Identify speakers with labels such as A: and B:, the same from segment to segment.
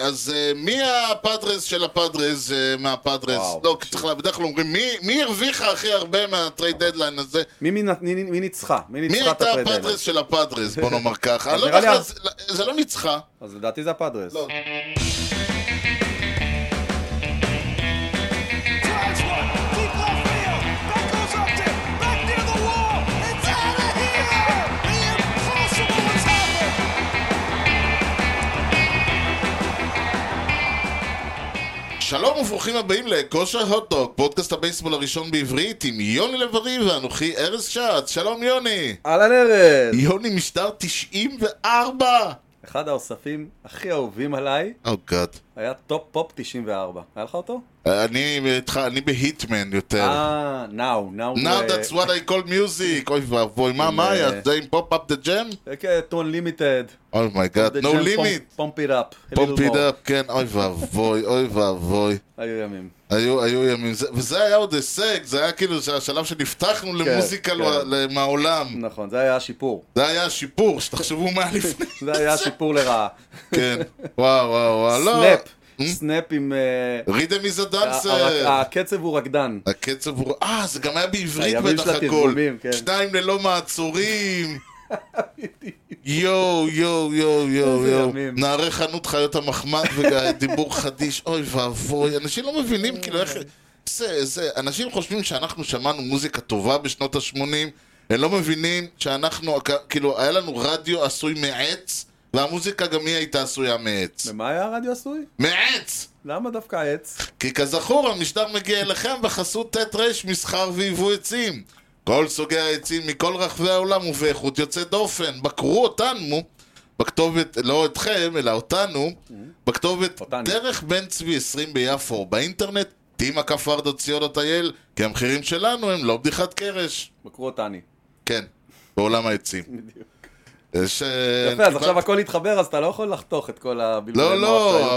A: אז אה, מי הפאדרס של הפאדרס אה, מהפאדרס?
B: וואו,
A: לא, כי
B: תקשיב.
A: צריך, לה- בדרך כלל אומרים, מי- מי הרוויחה הכי הרבה מהטרייד דדליין הזה?
B: מי מן- מי- מי ניצחה? מי
A: מי
B: ניצחה את
A: הייתה
B: הפרדליין?
A: הפאדרס של הפאדרס, בוא נאמר ככה? אני לא
B: נראה לי
A: יודע,
B: ה-
A: זה- זה לא ניצחה.
B: אז לדעתי זה הפאדרס.
A: לא.
C: Drives one, deep left field. That goes up to, back near the wall. It's out of here. The impossible has happened.
A: שלום וברוכים הבאים לכושר הוטדוק, פודקאסט הבייסבול הראשון בעברית עם יוני לב-ארי ואנוכי ארז שץ. שלום יוני!
B: אהלן ארז!
A: יוני משטר 94!
B: אחד האוספים הכי אהובים עליי
A: Oh, אוגאד.
B: היה טופ פופ 94. היה לך אותו?
A: אה, אני איתך, אני בהיטמן יותר.
B: אה, נאו, נאו.
A: כן. Now that's what I call music! אוי ואבוי, מה, מה היה? זה עם פופ אפ דה ג'ם?
B: אה, טון לימיטד.
A: אוי מייגאד, Oh no limit!
B: פומפ איט אפ.
A: פופ איד אפ, כן, אוי ואבוי, אוי ואבוי.
B: היו ימים.
A: היו, היו ימים, זה- וזה היה עוד הישג, זה היה כאילו זה השלב שנפתחנו למוזיקה
B: כן.
A: לא- ל- מהעולם.
B: נכון, זה היה השיפור.
A: זה היה השיפור, שתחשבו מה היה לפני.
B: זה היה השיפור לרעה.
A: כן, וואו, וואו, וואו, לא.
B: סנאפ. סנאפ עם... אה,
A: רידם איז
B: ה-
A: הדאנסר.
B: ה- הקצב הוא רקדן.
A: הקצב הוא... אה, זה גם היה בעברית
B: הימים
A: בטח
B: של
A: הכל.
B: התרגומים, כן.
A: שניים ללא מעצורים. יואו, יואו, יואו, יואו,
B: איזה
A: יואו.
B: ימים.
A: נערי חנות חיות המחמד ודיבור חדיש. אוי ואבוי, אנשים לא מבינים כאילו איך... זה, זה, אנשים חושבים שאנחנו שמענו מוזיקה טובה בשנות ה-80, הם לא מבינים שאנחנו, כאילו, היה לנו רדיו עשוי מעץ, והמוזיקה גם היא הייתה עשויה מעץ.
B: ומה היה הרדיו עשוי?
A: מעץ!
B: למה דווקא העץ?
A: כי כזכור, המשדר מגיע אליכם בחסות ט' ר' מסחר ויבוא עצים. כל סוגי העצים מכל רחבי העולם ובאיכות יוצאת דופן. בקרו אותנו בכתובת, לא אתכם, אלא אותנו, בכתובת
B: אותנו.
A: דרך בן צבי 20 ביפו או באינטרנט, תימא כפרדו ציונו טייל, כי המחירים שלנו הם לא בדיחת קרש.
B: בקרו אותני.
A: כן, בעולם העצים.
B: בדיוק.
A: יש... אה,
B: יפה, אז עכשיו הכל התחבר, אז אתה לא יכול לחתוך את כל
A: לא,
B: הבלבולים.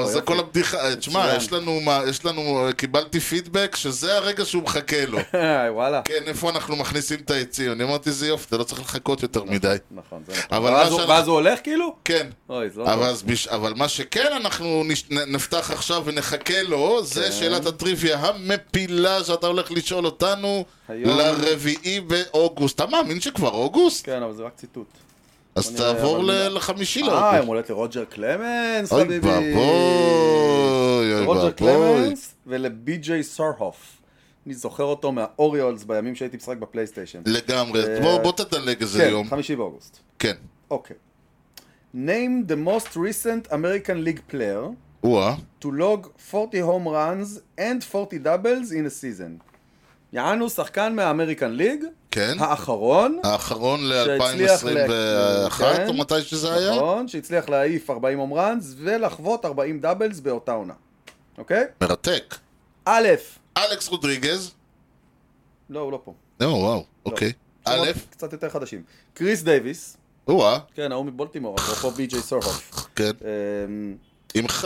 A: לא, זה כל הבדיחה, תשמע,
B: מצוין.
A: יש לנו, מה- יש לנו, אה, קיבלתי פידבק שזה הרגע שהוא מחכה לו.
B: וואלה.
A: כן, איפה אנחנו מכניסים את העצים? אני אמרתי, זה יופי, אתה לא צריך לחכות יותר מדי.
B: נכון, זה
A: אבל
B: נכון.
A: מה
B: ואז הוא-
A: שאנחנו-
B: ואז הוא הולך כאילו?
A: כן.
B: אוי, זה לא
A: אבל,
B: טוב.
A: אז בש... אבל מה שכן אנחנו נש... נ- נפתח עכשיו ונחכה לו,
B: כן.
A: זה שאלת הטריוויה המפילה שאתה הולך לשאול אותנו
B: היום.
A: לרביעי באוגוסט. אתה מאמין שכבר אוגוסט?
B: כן, אבל זה רק ציטוט.
A: אז
B: נראה,
A: תעבור
B: אבל-
A: ל... לחמישי
B: כן, אה, יום
A: לאוגוסט.
B: הולדת לרוג'ר קלמנס,
A: לא, אוי
B: חביבי.
A: ואבוי, אוי
B: לרוג'ר
A: ואבוי.
B: קלמנס ולבי.ג'יי סורהוף. אני זוכר אותו מהאוריולס בימים שהייתי משחק בפלייסטיישן.
A: לגמרי, אז בוא, בוא תדלג איזה יום.
B: אה, כן, חמישי באוגוסט.
A: כן.
B: אוקיי. name the most recent American League player
A: או-אה.
B: to log 40 home runs and 40 doubles in a season. יענו שחקן מהאמריקן ליג,
A: כן.
B: האחרון,
A: האחרון
B: שהצליח
A: ל-2021,
B: ל-
A: או
B: כן.
A: מתי שזה היה?
B: האחרון, שהצליח להעיף 40 home runs ולחוות 40 doubles באותה עונה. אוקיי?
A: מרתק.
B: א',
A: אלכס רודריגז.
B: לא, הוא לא פה.
A: נו, וואו,
B: לא.
A: אוקיי. א',
B: שמות קצת יותר חדשים. קריס דייוויס,
A: או-אה,
B: כן, ההוא מבולטימור, אפרופו בי.ג'יי סורהוף.
A: כן.
B: אמ,
A: עם ח.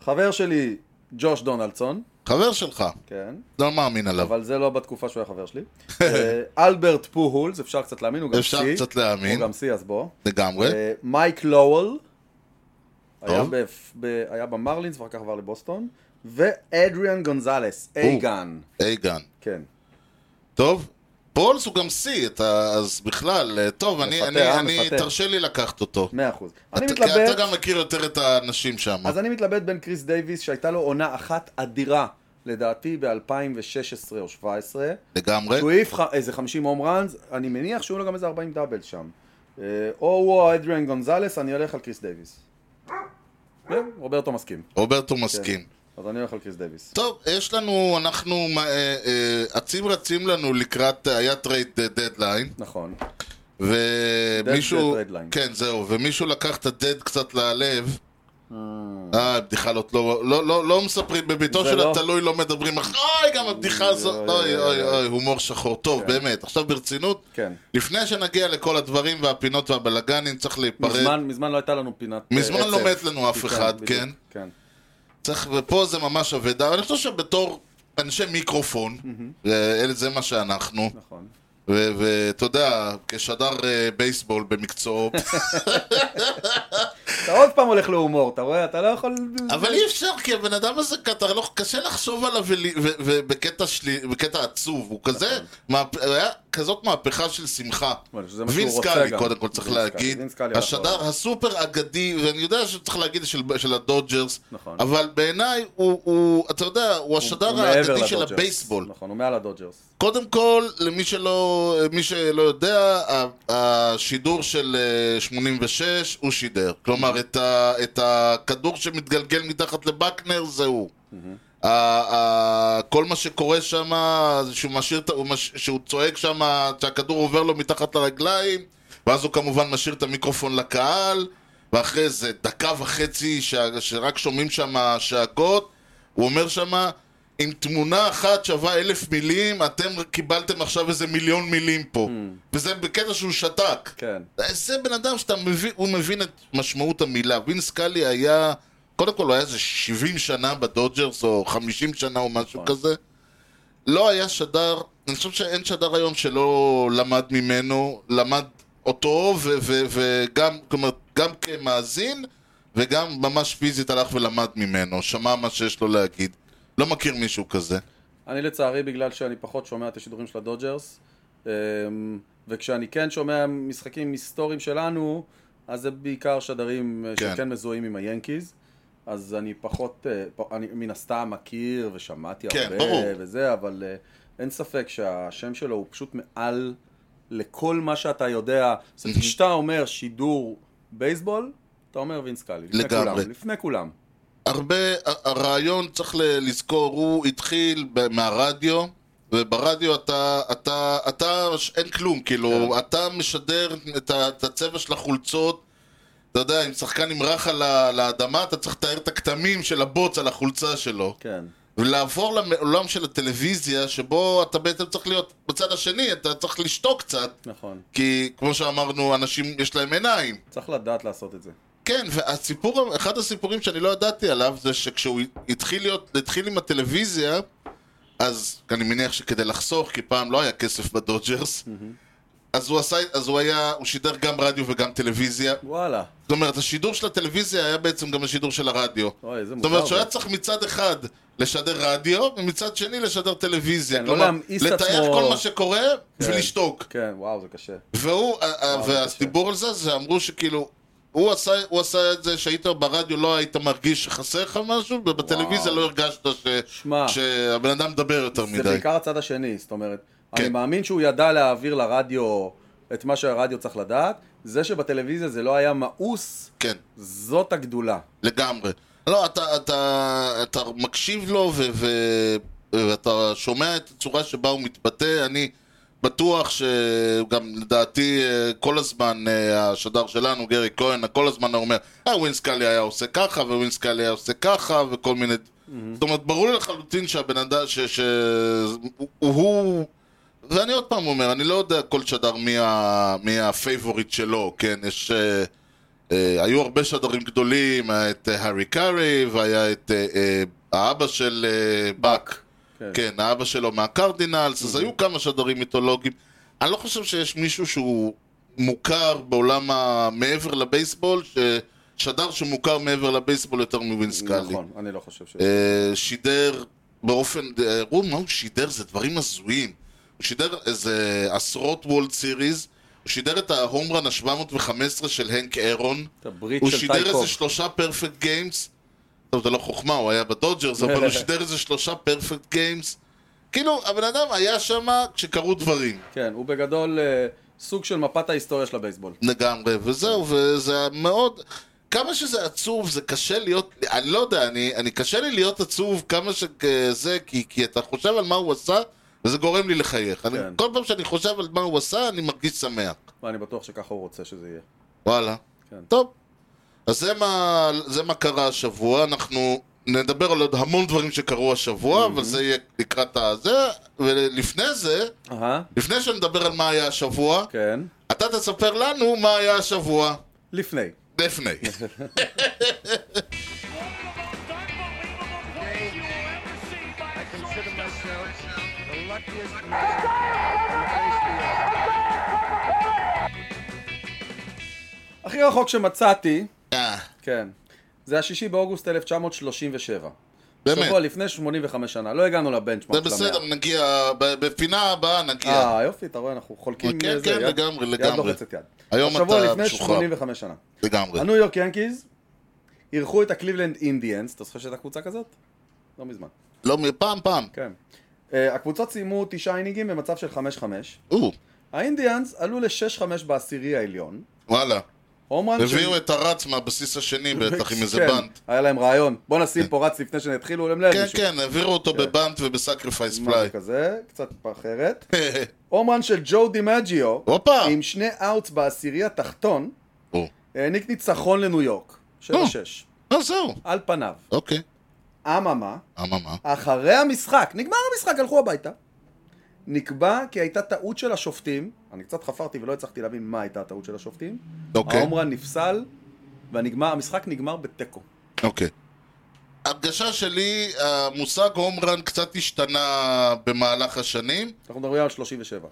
B: חבר שלי, ג'וש דונלדסון,
A: חבר שלך.
B: כן.
A: לא מאמין עליו.
B: אבל זה לא בתקופה שהוא היה חבר שלי. אה, אלברט פוהולס, אפשר קצת להאמין, הוא גם
A: אפשר
B: שיא.
A: קצת להאמין.
B: הוא גם שיא, אז בוא.
A: לגמרי.
B: אה, מייק לואוול, היה
A: טוב.
B: בפ- ב- היה במרלינס, ואחר כך עבר לבוסטון. ואדריאן גונזלס, אייגן.
A: אייגן.
B: כן.
A: טוב. פולס הוא גם שיא, אתה- אז בכלל, אה, טוב, אני,
B: מפתח,
A: אני, אני,
B: מפתח.
A: תרשה לי לקחת אותו.
B: מאה אחוז. אני
A: אתה- כי אתה
B: מתלבט,
A: גם מכיר יותר את האנשים שם.
B: אז אני מתלבט בין קריס דייוויס, שהייתה לו עונה אחת אדירה, לדעתי ב-2016 או 2017.
A: אה. לגמרי.
B: שהוא העיף ח- איזה 50 הום ראנס, אני מניח שהיו לו גם איזה 40 דאבל שם. אה, או הוא או אדריאן גונזלס, אני הולך על קריס דייוויס. כן, רוברטו מסכים.
A: רוברטו מסכים.
B: אז אני הולך על קריס דייוויס.
A: טוב, יש לנו, אנחנו אה, אה, אצים רצים לנו לקראת, אה, היה טרייד דדליין.
B: נכון.
A: ומישהו,
B: Dead, dead line.
A: כן זהו, ומישהו לקח את הדד קצת ללב. אה, הבדיחה לא, לא, לא, לא, לא מספרים, בביתו
B: זה
A: של
B: לא.
A: התלוי לא מדברים, אך- אוי, גם הבדיחה הזאת,
B: אוי,
A: אוי,
B: אוי,
A: אוי, אוי, הומור שחור. טוב, באמת, עכשיו ברצינות,
B: כן.
A: לפני שנגיע לכל הדברים והפינות והבלגנים, צריך להיפרד.
B: מזמן, מזמן לא הייתה לנו פינת אה,
A: מזמן
B: עצב.
A: לא מת לנו אף
B: כן,
A: אחד,
B: בדיוק,
A: כן.
B: כן.
A: צריך, ופה זה ממש אבדה, אבל אני חושב שבתור אנשי מיקרופון, אה, אלה- זה מה שאנחנו.
B: נכון.
A: ו- ואתה יודע, כשדר אה, בייסבול במקצועו,
B: אתה עוד פעם הולך להומור, אתה רואה? אתה לא יכול...
A: אבל אי אפשר, כי הבן אדם הזה, אתה לא, קשה לחשוב עליו ולי- ו- ובקטע שלי- בקטע עצוב. הוא כזה,
B: נכון.
A: מהפ- היה כזאת מהפכה של שמחה.
B: אבל שזה מה שהוא
A: וינס
B: רוצה
A: קאלי,
B: גם.
A: קודם כל צריך
B: וינס קאלי,
A: להגיד.
B: וינס קאלי
A: השדר
B: אחריו.
A: הסופר אגדי, ואני יודע שצריך להגיד של- של הדודג'רס,
B: נכון.
A: אבל בעיניי הוא- הוא, אתה יודע, הוא השדר
B: הוא מעבר
A: האגדי של
B: לדודג'רס.
A: הבייסבול.
B: נכון, הוא מעל הדודג'רס.
A: קודם כל, למי שלא, מי שלא יודע, ה- השידור של אה, 86 הוא שידר. כלומר, את, ה, את הכדור שמתגלגל מתחת לבקנר זה הוא. ה- ה- כל מה שקורה שם, שהוא, משאיר, את ה- הוא מש- שהוא צועק שם, שהכדור עובר לו מתחת לרגליים, ואז הוא כמובן משאיר את המיקרופון לקהל, ואחרי זה דקה וחצי ש, שרק שומעים שם שאגות, הוא אומר שם, אם תמונה אחת שווה אלף מילים, אתם קיבלתם עכשיו איזה מיליון מילים פה. וזה בקטע שהוא שתק.
B: כן.
A: זה בן אדם שאתה מבין, הוא מבין את משמעות המילה. וינס קאלי היה, קודם כל הוא היה איזה 70 שנה בדודג'רס, או 50 שנה או משהו
B: נכון.
A: כזה. לא היה שדר, אני חושב שאין שדר היום שלא למד ממנו, למד אותו, ו- ו- וגם, כלומר, גם כמאזין, וגם ממש פיזית הלך ולמד ממנו, שמע מה שיש לו להגיד. לא מכיר מישהו כזה.
B: אני לצערי, בגלל שאני פחות שומע את השידורים של הדודג'רס, אמ, וכשאני כן שומע משחקים היסטוריים שלנו, אז זה בעיקר שדרים אה,
A: כן.
B: שכן מזוהים עם היאנקיז. אז אני פחות, אה, פ- אני מן הסתם מכיר ושמעתי
A: כן,
B: הרבה
A: ברור.
B: וזה, אבל אה, אין ספק שהשם שלו הוא פשוט מעל לכל מה שאתה יודע. זאת אומרת, כשאתה אומר שידור בייסבול, אתה אומר וינס קאלי. לפני
A: לגמרי.
B: כולם, לפני כולם.
A: הרבה, ה- הרעיון צריך ל- לזכור, הוא התחיל ב- מהרדיו, וברדיו אתה, אתה, אתה, ש- אין כלום, כאילו, אתה משדר את ה- את הצבע של החולצות, אתה יודע, אם שחקן ימרח על ה- על האדמה, אתה צריך לתאר את הכתמים של הבוץ על החולצה שלו.
B: כן.
A: ולעבור לעולם של הטלוויזיה, שבו אתה בעצם צריך להיות בצד השני, אתה צריך לשתוק קצת,
B: נכון.
A: כי כמו שאמרנו, אנשים יש להם עיניים.
B: צריך לדעת לעשות את זה.
A: כן, והסיפור, אחד הסיפורים שאני לא ידעתי עליו זה שכשהוא התחיל להיות, התחיל עם הטלוויזיה, אז אני מניח שכדי לחסוך, כי פעם לא היה כסף בדודג'רס, אז הוא עשה, אז הוא היה, הוא שידר גם רדיו וגם טלוויזיה.
B: וואלה.
A: זאת אומרת, השידור של הטלוויזיה היה בעצם גם השידור של הרדיו.
B: אוי, איזה
A: זאת
B: מוזר.
A: אומרת שהוא
B: זה.
A: היה צריך מצד אחד לשדר רדיו, ומצד שני לשדר טלוויזיה.
B: כן, לא
A: כלומר,
B: להמאיס את
A: לתאר
B: עצמו.
A: כל מה שקורה ולשתוק.
B: כן, וואו, זה קשה.
A: והוא, ה- ה-
B: וואו,
A: והדיבור על זה, זה אמרו שכאילו, הוא עשה, הוא עשה את זה שהיית ברדיו, לא היית מרגיש שחסר לך משהו, ובטלוויזיה
B: וואו.
A: לא הרגשת ש,
B: שמע.
A: שהבן אדם מדבר יותר
B: זה
A: מדי.
B: בעיקר הצד השני, זאת אומרת,
A: כן.
B: אני מאמין שהוא ידע להעביר לרדיו את מה שהרדיו צריך לדעת, זה שבטלוויזיה זה לא היה מאוס,
A: כן,
B: זאת הגדולה.
A: לגמרי. לא, אתה, אתה, אתה מקשיב לו ו, ו, ואתה שומע את הצורה שבה הוא מתבטא, אני... בטוח שגם לדעתי אה, כל הזמן אה, השדר שלנו, גרי כהן, כל הזמן הוא אומר, אה, ווינס קאלי היה עושה ככה, וווינס קאלי היה עושה ככה, וכל מיני... זאת אומרת, ברור לי לחלוטין שהבן אדם, ש... ש... הוא- הוא... ואני עוד פעם אומר, אני לא יודע כל שדר מי, ה... מי הפייבוריט שלו, כן? יש... אה, אה, היו הרבה שדרים גדולים, היה את אה, הארי קארי, והיה את אה, אה, האבא של אה, באק.
B: כן.
A: כן, האבא שלו מהקרדינלס, אז היו כמה שדרים מיתולוגיים. אני לא חושב שיש מישהו שהוא מוכר בעולם ה... מעבר לבייסבול, ש... שדר שמוכר מעבר לבייסבול יותר מווינס קאלי.
B: נכון, אני לא חושב ש...
A: אה, שידר באופן... אה, ראו מה הוא שידר, זה דברים הזויים. הוא שידר איזה עשרות וולד סיריז, הוא שידר את ההום רן ה-715 של הנק אירון.
B: את הברית
A: הוא
B: של
A: שידר
B: טייקוב.
A: איזה שלושה פרפקט גיימס. טוב, זה לא חוכמה, הוא היה בדודג'רס, אבל הוא שידר איזה שלושה פרפקט גיימס. כאילו, הבן אדם היה שם כשקרו דברים.
B: כן, הוא בגדול אה, סוג של מפת ההיסטוריה של הבייסבול.
A: לגמרי, וזהו, וזה היה מאוד... כמה שזה עצוב, זה קשה להיות... אני לא יודע, אני, אני קשה לי להיות עצוב כמה שזה, כי, כי אתה חושב על מה הוא עשה, וזה גורם לי לחייך. אני,
B: כן.
A: כל פעם שאני חושב על מה הוא עשה, אני מרגיש שמח.
B: ואני בטוח שככה הוא רוצה שזה יהיה.
A: וואלה.
B: כן.
A: טוב. אז זה מה, זה מה קרה השבוע, אנחנו נדבר על עוד המון דברים שקרו השבוע, אבל זה יהיה לקראת הזה, ולפני זה,
B: אהה,
A: לפני שנדבר על מה היה השבוע,
B: כן.
A: אתה תספר לנו מה היה השבוע.
B: לפני.
A: לפני.
D: I consider myself the luckiest man.
B: הכי רחוק שמצאתי
A: אה,
B: כן. זה השישי באוגוסט 1937.
A: באמת.
B: שבוע לפני 85 שנה, לא הגענו לבנצ'מארק
A: זה
B: של
A: בסדר,
B: המאה.
A: נגיע, ב- בפינה הבאה נגיע.
B: אה, יופי, אתה רואה, אנחנו חולקים
A: כן,
B: איזה
A: כן,
B: יד-
A: לגמרי,
B: יד
A: לגמרי.
B: לוחצת יד.
A: היום
B: שבוע
A: אתה
B: לפני
A: משוחרר.
B: 85 שנה.
A: לגמרי.
B: הניו יורק ינקיז אירחו את הקליבלנד אינדיאנס, אתה זוכר שהייתה קבוצה כזאת? לא מזמן.
A: לא, מ- פעם, פעם.
B: כן. אה, הקבוצות סיימו תשעה אינינגים במצב של 5-5.
A: או,
B: האינדיאנס עלו ל-6-5 בעשירי העליון.
A: וואלה.
B: הום רן של-
A: הביאו את הרץ מהבסיס השני בטח עם איזה
B: כן,
A: בנט.
B: היה להם רעיון, בוא נשים פה רץ לפני שנתחילו, הם לא
A: כן,
B: הרגישו.
A: כן, העבירו אותו בבנט ובסקריפייס פליי.
B: משהו כזה, קצת אחרת. הום רן של ג'ו דימג'יו,
A: הופה!
B: עם שני אאוטס בעשירי התחתון,
A: אה. או.
B: העניק ניצחון לניו יורק. 7-6.
A: אה, זהו.
B: על פניו.
A: אוקיי.
B: אממה,
A: אממה.
B: אחרי המשחק, נגמר המשחק, הלכו הביתה. נקבע כי הייתה טעות של השופטים, אני קצת חפרתי ולא הצלחתי להבין מה הייתה הטעות של השופטים.
A: אוקיי.
B: ההומרה נפסל, והמשחק נגמר בתיקו.
A: אוקיי. הרגשה שלי, המושג הום רן קצת השתנה במהלך השנים.
B: אנחנו מדברים על 37.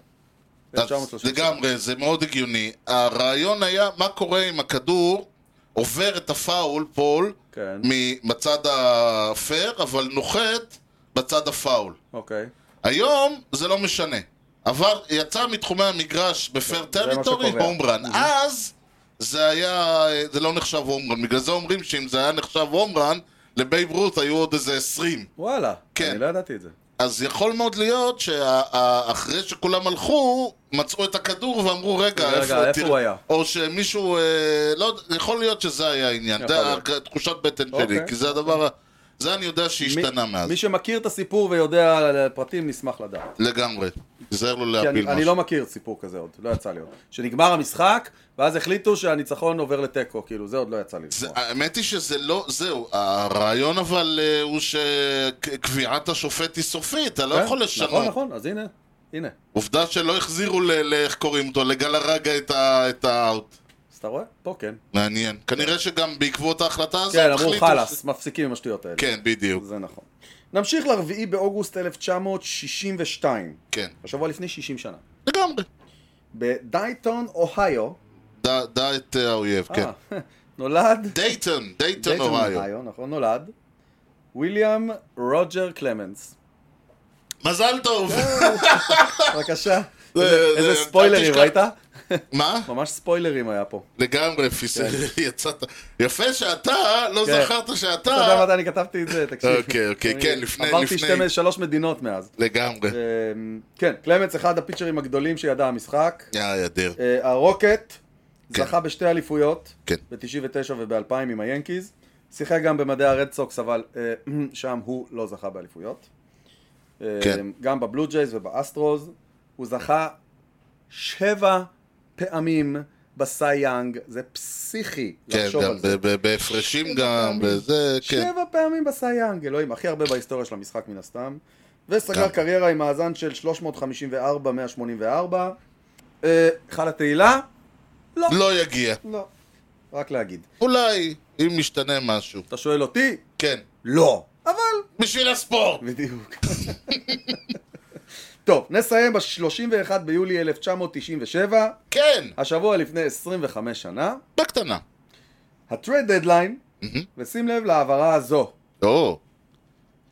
A: אז
B: 1937.
A: לגמרי, זה מאוד הגיוני. הרעיון היה, מה קורה אם הכדור עובר את הפאול, פול,
B: כן,
A: מצד הפייר, אבל נוחת בצד הפאול.
B: אוקיי.
A: היום זה לא משנה. עבר, יצא מתחומי המגרש בפייר
B: זה מה
A: טריטורי,
B: שקובע.
A: הומרן. אז זה היה, זה לא נחשב הומרן. בגלל זה אומרים שאם זה היה נחשב הומרן, לבייב רות היו עוד איזה 20.
B: וואלה,
A: כן.
B: אני לא ידעתי את זה.
A: אז יכול מאוד להיות שאחרי שכולם הלכו, מצאו את הכדור ואמרו, רגע,
B: רגע, איפה
A: תראה?"
B: הוא היה?
A: או שמישהו, אה, לא יודע, יכול להיות שזה היה העניין.
B: יכול
A: זה
B: להיות.
A: ה- תחושת בטן שלי,
B: אוקיי,
A: כי זה הדבר, ה- זה אני יודע שהשתנה
B: מי-
A: מאז.
B: מי שמכיר את הסיפור ויודע על הפרטים, נשמח לדעת.
A: לגמרי. תיזהר לו
B: כי
A: להפיל
B: אני,
A: משהו.
B: אני לא מכיר סיפור כזה עוד, לא יצא לי עוד. שנגמר המשחק, ואז החליטו שהניצחון עובר לתיקו, כאילו, זה עוד לא יצא לי
A: זה,
B: לשמוע.
A: האמת היא שזה לא, זהו, הרעיון אבל אה, הוא שקביעת השופט היא סופית, אתה לא
B: כן?
A: יכול לשנות.
B: נכון, נכון, אז הנה, הנה.
A: עובדה שלא החזירו, ל- ל- איך קוראים אותו, לגלרגה את ה- את האאוט.
B: אז אתה רואה? פה כן.
A: מעניין. כנראה שגם בעקבות ההחלטה הזאת
B: כן, אמרו
A: החליטו
B: חלאס,
A: ש-
B: מפסיקים עם השטויות האלה.
A: כן, בדיוק,
B: זה נכון. נמשיך לרביעי באוגוסט 1962,
A: כן.
B: השבוע לפני 60 שנה.
A: לגמרי.
B: בדייטון, אוהיו,
A: דע- דע את אה, האויב, כן.
B: אה, נולד,
A: דייטון, דייטון אוהיו.
B: נכון, נולד, ויליאם רוג'ר קלמנס.
A: מזל טוב.
B: כן. בבקשה.
A: אה. זה-
B: איזה-
A: זה-
B: איזה
A: אל
B: ספוילרים
A: תשכח.
B: ראית?
A: מה?
B: ממש ספוילרים היה פה.
A: לגמרי, פיסר, יצאת. יפה שאתה, לא
B: כן.
A: זכרת
B: אתה יודע
A: שאתה.
B: מתי אני כתבתי את זה? תקשיב.
A: אוקיי, אוקיי,
B: אני-
A: כן, לפני-
B: עברתי
A: לפני.
B: שתי- שלוש מדינות מאז.
A: לגמרי.
B: אמ, כן, קלמנס אחד הפיצ'רים הגדולים שידע המשחק.
A: יא ידיר.
B: אה, הרוקט
A: כן.
B: זכה בשתי אליפויות,
A: כן.
B: ב-99 וב-2000 עם היאנקיז. שיחק גם במדעי הרד סוקס, אבל אה, שם הוא לא זכה באליפויות. אה,
A: כן.
B: גם בבלו ג'ייז ובאסטרוז. הוא זכה שבע פעמים בסייאנג, זה פסיכי
A: כן,
B: לחשוב
A: גם
B: על זה.
A: ב- ב- בהפרשים גם,
B: פעמים.
A: וזה, כן.
B: שבע פעמים בסייאנג, אלוהים, הכי הרבה בהיסטוריה של המשחק מן הסתם. וסגר
A: גם.
B: קריירה עם מאזן של 354-184. אה, חל התהילה? לא.
A: לא יגיע.
B: לא. רק להגיד.
A: אולי, אם ישתנה משהו.
B: אתה שואל אותי?
A: כן.
B: לא. אבל...
A: בשביל הספורט!
B: בדיוק. טוב, נסיים ב-31 ביולי 1997,
A: כן!
B: השבוע לפני 25 שנה,
A: בקטנה.
B: הטרייד דדליין, ושים לב להעברה הזו.
A: או,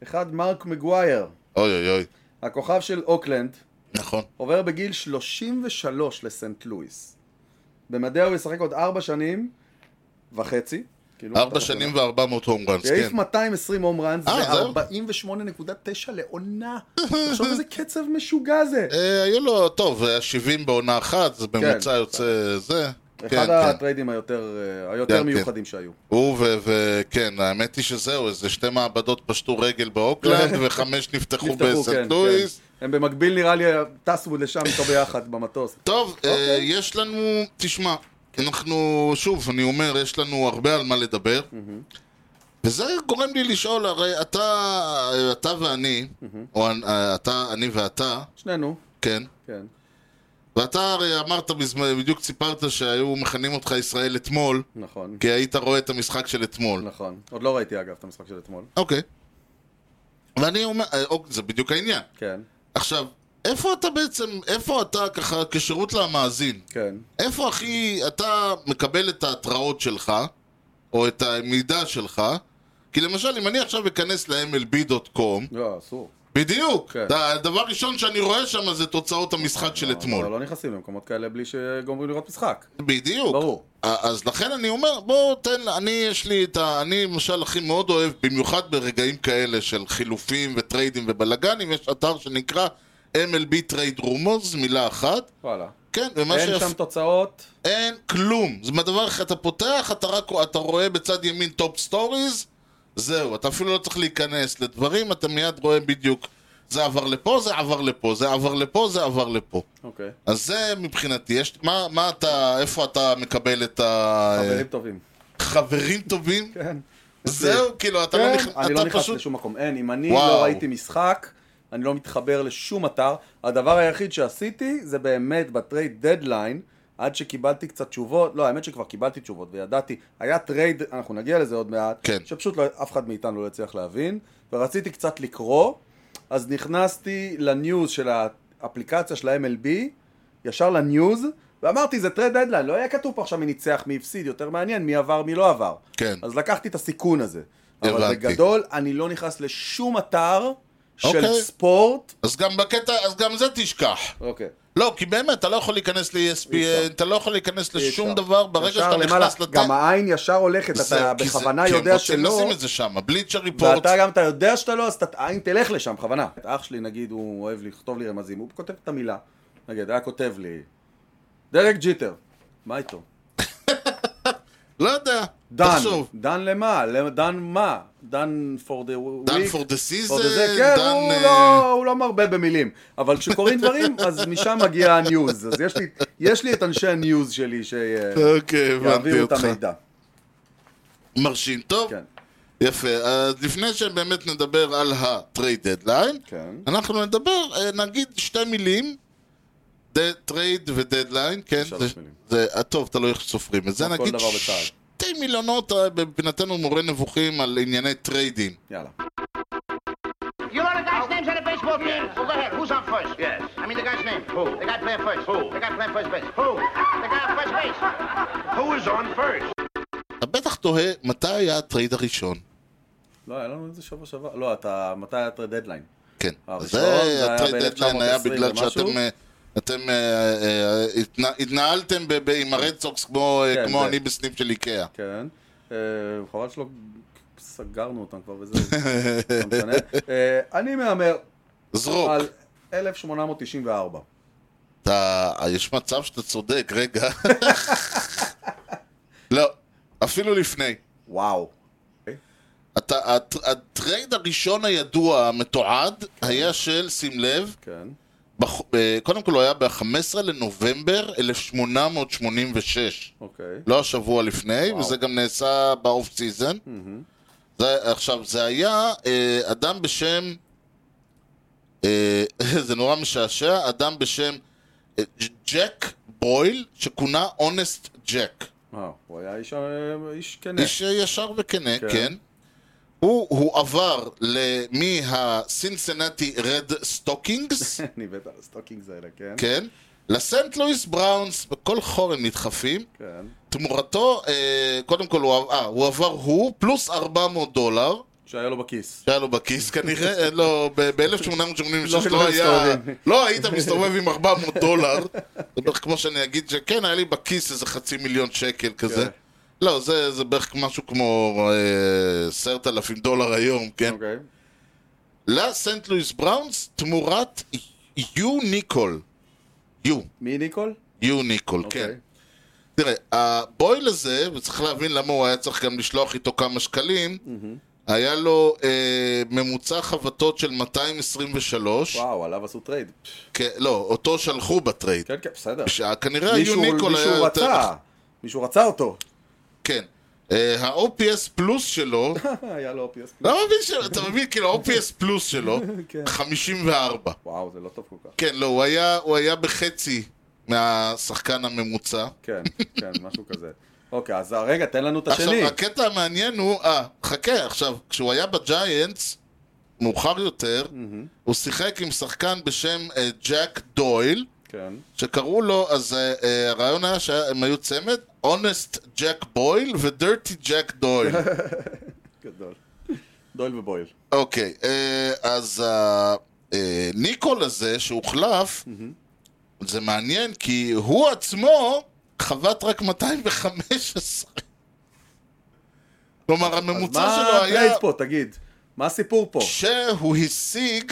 B: אחד מרק מגווייר,
A: אוי אוי אוי.
B: הכוכב של אוקלנד,
A: נכון.
B: עובר בגיל 33 לסנט לואיס. במדעי הוא ישחק עוד 4 שנים וחצי. כאילו,
A: ארבע שנים וארבע מאות הום ראנס,
B: יעיף
A: כן.
B: 220 הום ראנס,
A: אה, זהו?
B: זה 48.9 לעונה. תחשוב איזה קצב משוגע זה.
A: אה, היו לו, טוב, היה 70 בעונה אחת, זה בממוצע יוצא זה. כן,
B: כן. אחד
A: כן.
B: הטריידים היותר אה,
A: כן,
B: היותר
A: כן.
B: מיוחדים שהיו.
A: הוא וכן, האמת היא שזהו, איזה שתי מעבדות פשטו רגל באוקלנד, וחמש נפתחו
B: כן. נפתחו, כן,
A: בסנט לואיס.
B: כן. הם במקביל נראה לי טסו לשם איתו ביחד במטוס.
A: טוב, אה,
B: אוקיי.
A: יש לנו, תשמע, אנחנו, שוב, אני אומר, יש לנו הרבה על מה לדבר, וזה גורם לי לשאול, הרי אתה, אתה ואני, או אנ- אה, אתה, אני ואתה,
B: שנינו,
A: כן,
B: כן.
A: ואתה הרי אמרת, בזמן- בדיוק סיפרת שהיו מכנים אותך ישראל אתמול,
B: נכון.
A: כי היית רואה את המשחק של אתמול.
B: נכון. עוד לא ראיתי אגב את המשחק של אתמול.
A: אוקיי. ואני אומר, אה, אוק, זה בדיוק העניין.
B: כן,
A: עכשיו, איפה אתה בעצם, איפה אתה ככה, כשירות למאזין?
B: כן.
A: איפה הכי אתה מקבל את ההתראות שלך, או את המידע שלך. כי למשל, אם אני עכשיו אכנס ל-MLB.com,
B: לא, אסור.
A: בדיוק,
B: כן.
A: ד- הדבר הראשון שאני רואה שם זה תוצאות המשחק של אתמול.
B: אבל לא נכנסים למקומות כאלה בלי שגומרים לראות משחק.
A: בדיוק.
B: ברור.
A: א- אז לכן אני אומר, בוא תן, לה- אני יש לי את ה... אני למשל הכי מאוד אוהב, במיוחד ברגעים כאלה של חילופים וטריידים ובלאגנים, יש אתר שנקרא MLB Trade Rumors, מילה אחת.
B: וואלה.
A: כן, ומה
B: אין
A: שיפ...
B: שם תוצאות.
A: אין כלום. זה מהדבר אחד, אתה פותח, אתה רק אתה רואה בצד ימין טופ סטוריז, זהו, אתה אפילו לא צריך להיכנס לדברים, אתה מיד רואה בדיוק. זה עבר לפה, זה עבר לפה, זה עבר לפה, זה עבר לפה.
B: אוקיי.
A: אז זה מבחינתי, יש, מה, מה אתה, איפה אתה מקבל את ה...
B: חברים טובים.
A: חברים טובים?
B: כן.
A: זהו, כאילו, אתה לא
B: כן,
A: נכנס,
B: אני לא
A: אתה
B: נכנס
A: פשוט...
B: לשום מקום. אין, אם אני
A: וואו.
B: לא ראיתי משחק, אני לא מתחבר לשום אתר. הדבר היחיד שעשיתי זה באמת בטרייד דדליין, עד שקיבלתי קצת תשובות, לא, האמת שכבר קיבלתי תשובות וידעתי, היה טרייד, אנחנו נגיע לזה עוד מעט,
A: כן.
B: שפשוט לא, אף אחד מאיתנו לא הצליח להבין, ורציתי קצת לקרוא, אז נכנסתי לניוז של האפליקציה של ה-MLB, ישר לניוז, ואמרתי, זה טרייד דדליין, לא היה כתוב פה עכשיו מי ניצח, מי הפסיד, יותר מעניין, מי עבר, מי לא עבר.
A: כן.
B: אז לקחתי את הסיכון הזה. אבל
A: הבנתי.
B: בגדול, אני לא נכנס לשום אתר של
A: אוקיי.
B: ספורט.
A: אז גם בקטע, אז גם זה תשכח.
B: אוקיי.
A: לא, כי באמת, אתה לא יכול להיכנס ל-ESPN, אתה לא יכול להיכנס
B: אי
A: לשום
B: אפשר.
A: דבר, ברגע
B: ישר
A: שאתה
B: למעלה,
A: נכנס לטק...
B: גם העין ישר הולכת, אתה
A: זהו, כי זה-
B: בכוונה
A: כי הם
B: יודע
A: רוצים
B: שלא,
A: לשים את זה שם, בליצ'ר ריפורט.
B: ואתה גם, אתה יודע שאתה לא, אז אתה- העין תלך לשם, בכוונה. אח שלי, נגיד, הוא אוהב לכתוב לי רמזים, הוא כותב את המילה. נגיד, היה כותב לי, דרק ג'יטר, מה איתו?
A: לא יודע,
B: דן,
A: תחשוב.
B: דן למה? למ- דן מה? דן for the
A: דן
B: week?
A: for the season,
B: עוד איזה, כן,
A: דן...
B: הוא,
A: אה,
B: לא, הוא לא מרבה במילים. אבל כשקוראים דברים, אז משם מגיע הניוז. אז יש לי, יש לי את אנשי הניוז שלי שיעבירו
A: אוקיי, הבנתי
B: את
A: אותך.
B: המידע.
A: מרשים, טוב?
B: כן.
A: יפה, אז לפני שבאמת נדבר על ה-Trade Deadline,
B: כן.
A: אנחנו נדבר, אה, נגיד שתי מילים, ד- Trade ו-Deadline, כן?
B: שלוש
A: זה-
B: מילים.
A: זה, אה, טוב, תלוי איך סופרים את זה,
B: כמו כל
A: נגיד
B: דבר בצה"ל.
A: שתי מיליונות אה, בפינתנו מורה נבוכים על ענייני טריידים.
B: יאללה.
E: You know the guy's names on the baseball team? Well, go ahead. Who's on first? Yes. I mean the guy's name. Who? The guy playing first. Who? The guy playing first base. Who? The guy on first base.
D: Who is on first?
A: אתה בטח תוהה מתי היה הטרייד הראשון.
B: לא, היה לנו איזה שבוע שעבר. לא, אתה, מתי היה את הדדליין?
A: כן.
B: הראשון, זה
A: זה
B: היה
A: הטרייד
B: ב-
A: דדליין היה
B: 1920
A: בגלל
B: ומשהו.
A: שאתם... אה, אתם אה, אה, התנה- התנהלתם ב- ב- עם הרד סוקס כמו אה,
B: כן,
A: כמו
B: זה.
A: אני בסניף של איקאה.
B: כן. אה, חבל שלא סגרנו אותם כבר וזהו. לא משנה. אה, אני מהמר
A: זרוק.
B: על 1894.
A: אתה... יש מצב שאתה צודק, רגע. לא, אפילו לפני.
B: וואו.
A: אתה, הט, הטרייד הראשון הידוע, המתועד, היה של, שים לב,
B: כן.
A: בח, אה, קודם כל הוא היה ב-15 לנובמבר 1886.
B: אוקיי.
A: לא השבוע לפני,
B: וואו.
A: וזה גם נעשה באוף סיזן. זה- עכשיו, זה היה אה, אדם בשם, אה, זה נורא משעשע, אדם בשם אה, ג'- ג'ק בויל, שכונה אונסט ג'ק.
B: אה, הוא היה איש, אה, איש כנה.
A: לא. איש אה, ישר וכנה,
B: כן.
A: כן. הוא הוא עבר ל- מהסינסנטי רד סטוקינגס,
B: אני בטח, סטוקינגס האלה, כן.
A: כן, לסנט לואיס בראונס, בכל חור הם נדחפים.
B: כן.
A: תמורתו, אה, קודם כל, הוא, אה, הוא עבר הוא, פלוס 400 דולר,
B: שהיה לו בכיס.
A: שהיה לו בכיס כנראה, אה, לא, ב-1886
B: לא
A: לא, לא
B: היינו
A: היה,
B: מסתובבים.
A: לא היית מסתובב עם 400 דולר, זה בערך כמו שאני אגיד שכן, היה לי בכיס איזה חצי מיליון שקל כזה.
B: כן.
A: לא, זה, זה בערך משהו כמו אה, 10,000 דולר היום, כן?
B: אוקיי.
A: לסנט לואיס בראונס תמורת יו ניקול. יו,
B: מי ניקול?
A: יו ניקול,
B: אוקיי.
A: כן. תראה, הבויל הזה, וצריך להבין למה הוא היה צריך גם לשלוח איתו כמה שקלים, היה לו אה, ממוצע חבטות של 223.
B: וואו, עליו עשו טרייד. פש,
A: כן, לא, אותו שלחו בטרייד. אה,
B: כן, כן, בסדר.
A: כנראה
B: מישהו
A: היוניקול היה
B: מישהו
A: יותר...
B: רצה. מישהו רצה אותו.
A: כן. אה, ה-OPS פלוס שלו,
B: היה לו אופיוס.
A: לא מבין ש... אתה מבין, כאילו, ה-OPS פלוס שלו,
B: כן.
A: 54.
B: וואו, זה לא טוב כל כך.
A: כן, לא, הוא היה, הוא היה בחצי מהשחקן הממוצע.
B: כן, כן, משהו כזה. אוקיי, אז רגע, תן לנו את השני.
A: עכשיו, הקטע המעניין הוא, אה, חכה, עכשיו, כשהוא היה בג'יינטס, מאוחר יותר, הוא שיחק עם שחקן בשם אה, ג'ק דויל,
B: כן.
A: שקראו לו, אז אה, אה, הרעיון היה שהם היו צמד, אונסט ג'ק בויל ודירטי ג'ק דויל.
B: גדול. דויל ובויל.
A: אוקיי, אה, אז אה, אה, ניקול הזה שהוחלף, זה מעניין כי הוא עצמו חבט רק 215. כלומר,
B: אז
A: הממוצע
B: מה
A: שלו היה
B: הטרייד פה, תגיד? מה הסיפור פה?
A: שהוא השיג,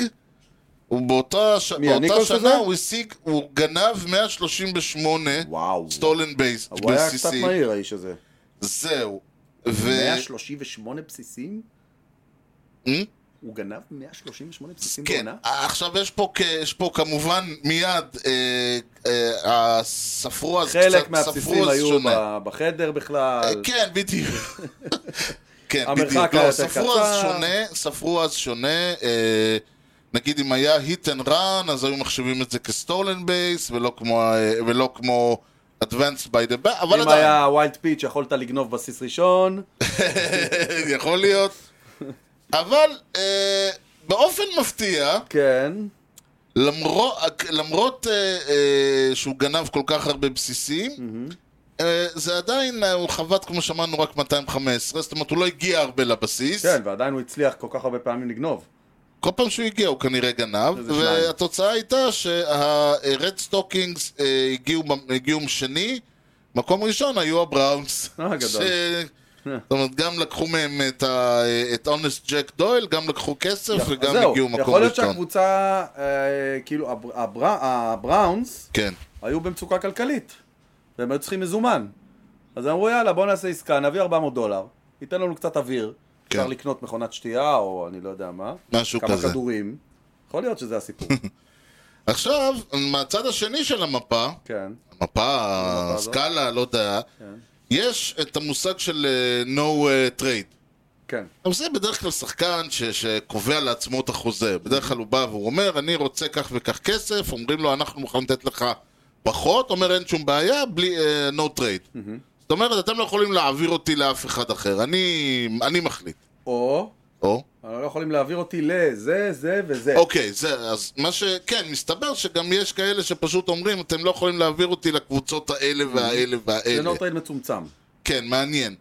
A: הוא באותה, ש...
B: מי,
A: באותה
B: הניקולס
A: שנה
B: הזה?
A: הוא השיג, הוא גנב 138
B: וואו.
A: סטולן בייס
B: הוא היה קצת
A: בסיסי.
B: מהיר האיש הזה.
A: זהו. ו...
B: 138 בסיסים?
A: Hmm?
B: הוא גנב 138 בסיסים
A: כן,
B: בעונה?
A: עכשיו יש פה, כ- יש פה כמובן מיד, אה, אה, הספרו אז
B: חלק
A: קצת, ספרו
B: מהבסיסים
A: אז
B: היו
A: שונה.
B: ב- בחדר
A: אה,
B: בכלל.
A: כן, בדיוק. כן,
B: המרחק
A: בדיוק.
B: היה
A: לא,
B: יותר
A: ספרו אז
B: קצר.
A: שונה, ספרו אז שונה. אה, נגיד אם היה hit and run, אז היו מחשבים את זה כסטולן בייס, ולא כמו, אה, ולא כמו advanced by the back, אבל
B: אם
A: עדיין,
B: היה ווילד פיץ' יכולת לגנוב בסיס ראשון.
A: יכול להיות. אבל אה, באופן מפתיע,
B: כן.
A: למרות, למרות אה, אה, שהוא גנב כל כך הרבה בסיסים, אה, זה עדיין, אה, הוא חבט, כמו שאמרנו, רק 215, זאת אומרת, הוא לא הגיע הרבה לבסיס.
B: כן, ועדיין הוא הצליח כל כך הרבה פעמים לגנוב.
A: כל פעם שהוא הגיע הוא כנראה גנב,
B: איזה שניים.
A: והתוצאה הייתה שהרד סטוקינגס אה, הגיעו במ- הגיעו שני, מקום ראשון היו הבראונס.
B: אה, גדול.
A: ש- זאת אומרת, גם לקחו מהם את ה- אה, את אונסט ג'ק דויל, גם לקחו כסף
B: אז
A: וגם
B: זהו,
A: הגיעו מקום
B: יכול להיות
A: ראשון.
B: שהקבוצה, אה, כאילו, הבר- הבר- הבראונס
A: כן.
B: היו במצוקה כלכלית. והם היו צריכים מזומן. אז אמרו, יאללה, בוא נעשה עסקה, נביא 400 דולר, ייתן לנו קצת אוויר.
A: כן.
B: אפשר לקנות מכונת שתייה, או אני לא יודע מה.
A: משהו
B: כמה
A: כזה.
B: כדורים. יכול להיות שזה הסיפור.
A: עכשיו, מהצד השני של המפה,
B: כן.
A: המפה,
B: הזאת. כן.
A: הסקאלה, לא יודע, יש את המושג של אה, no אה, trade.
B: כן.
A: אבל זה בדרך כלל שחקן ש, שקובע לעצמו את החוזה. בדרך כלל הוא בא והוא אומר, אני רוצה כך וכך כסף, אומרים לו, אנחנו מוכנים לתת לך פחות, אומר, אין שום בעיה, בלי uh, no trade. זאת אומרת, אתם לא יכולים להעביר אותי לאף אחד אחר, אני, אני מחליט.
B: או,
A: או,
B: אבל לא יכולים להעביר אותי לזה, זה וזה.
A: אוקיי, זה, אז מה ש... כן, מסתבר שגם יש כאלה שפשוט אומרים, אתם לא יכולים להעביר אותי לקבוצות האלה והאלה
B: זה
A: והאלה.
B: נוטרייד מצומצם.
A: כן, מעניין.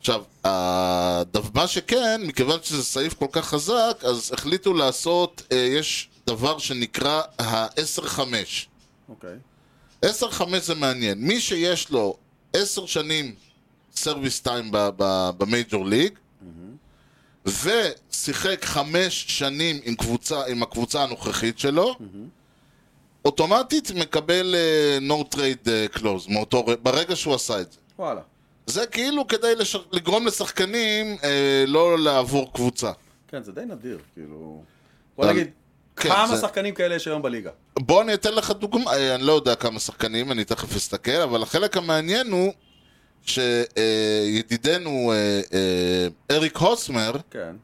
A: עכשיו, הדבר- מה שכן, מכיוון שזה סעיף כל כך חזק, אז החליטו לעשות, אה, יש דבר שנקרא ה-10-5.
B: אוקיי.
A: 10-5 זה מעניין. מי שיש לו 10 שנים סרוויס טיים ב- ב- במייג'ור ליג, ושיחק 5 שנים עם, קבוצה, עם הקבוצה הנוכחית שלו, אוטומטית מקבל no trade אה, close, מאותו, ר- ברגע שהוא עשה את זה.
B: וואלה.
A: זה כאילו כדי לש... לגרום לשחקנים אה, לא לעבור קבוצה.
B: כן, זה די נדיר, כאילו... בוא
A: אבל-
B: נגיד,
A: כן,
B: כמה
A: זה-
B: שחקנים כאלה יש היום בליגה?
A: בוא אני אתן לך דוגמה, אה, אני לא יודע כמה שחקנים, אני תכף אסתכל, אבל החלק המעניין הוא שידידנו אה, אה, אריק הוסמר,
B: כן.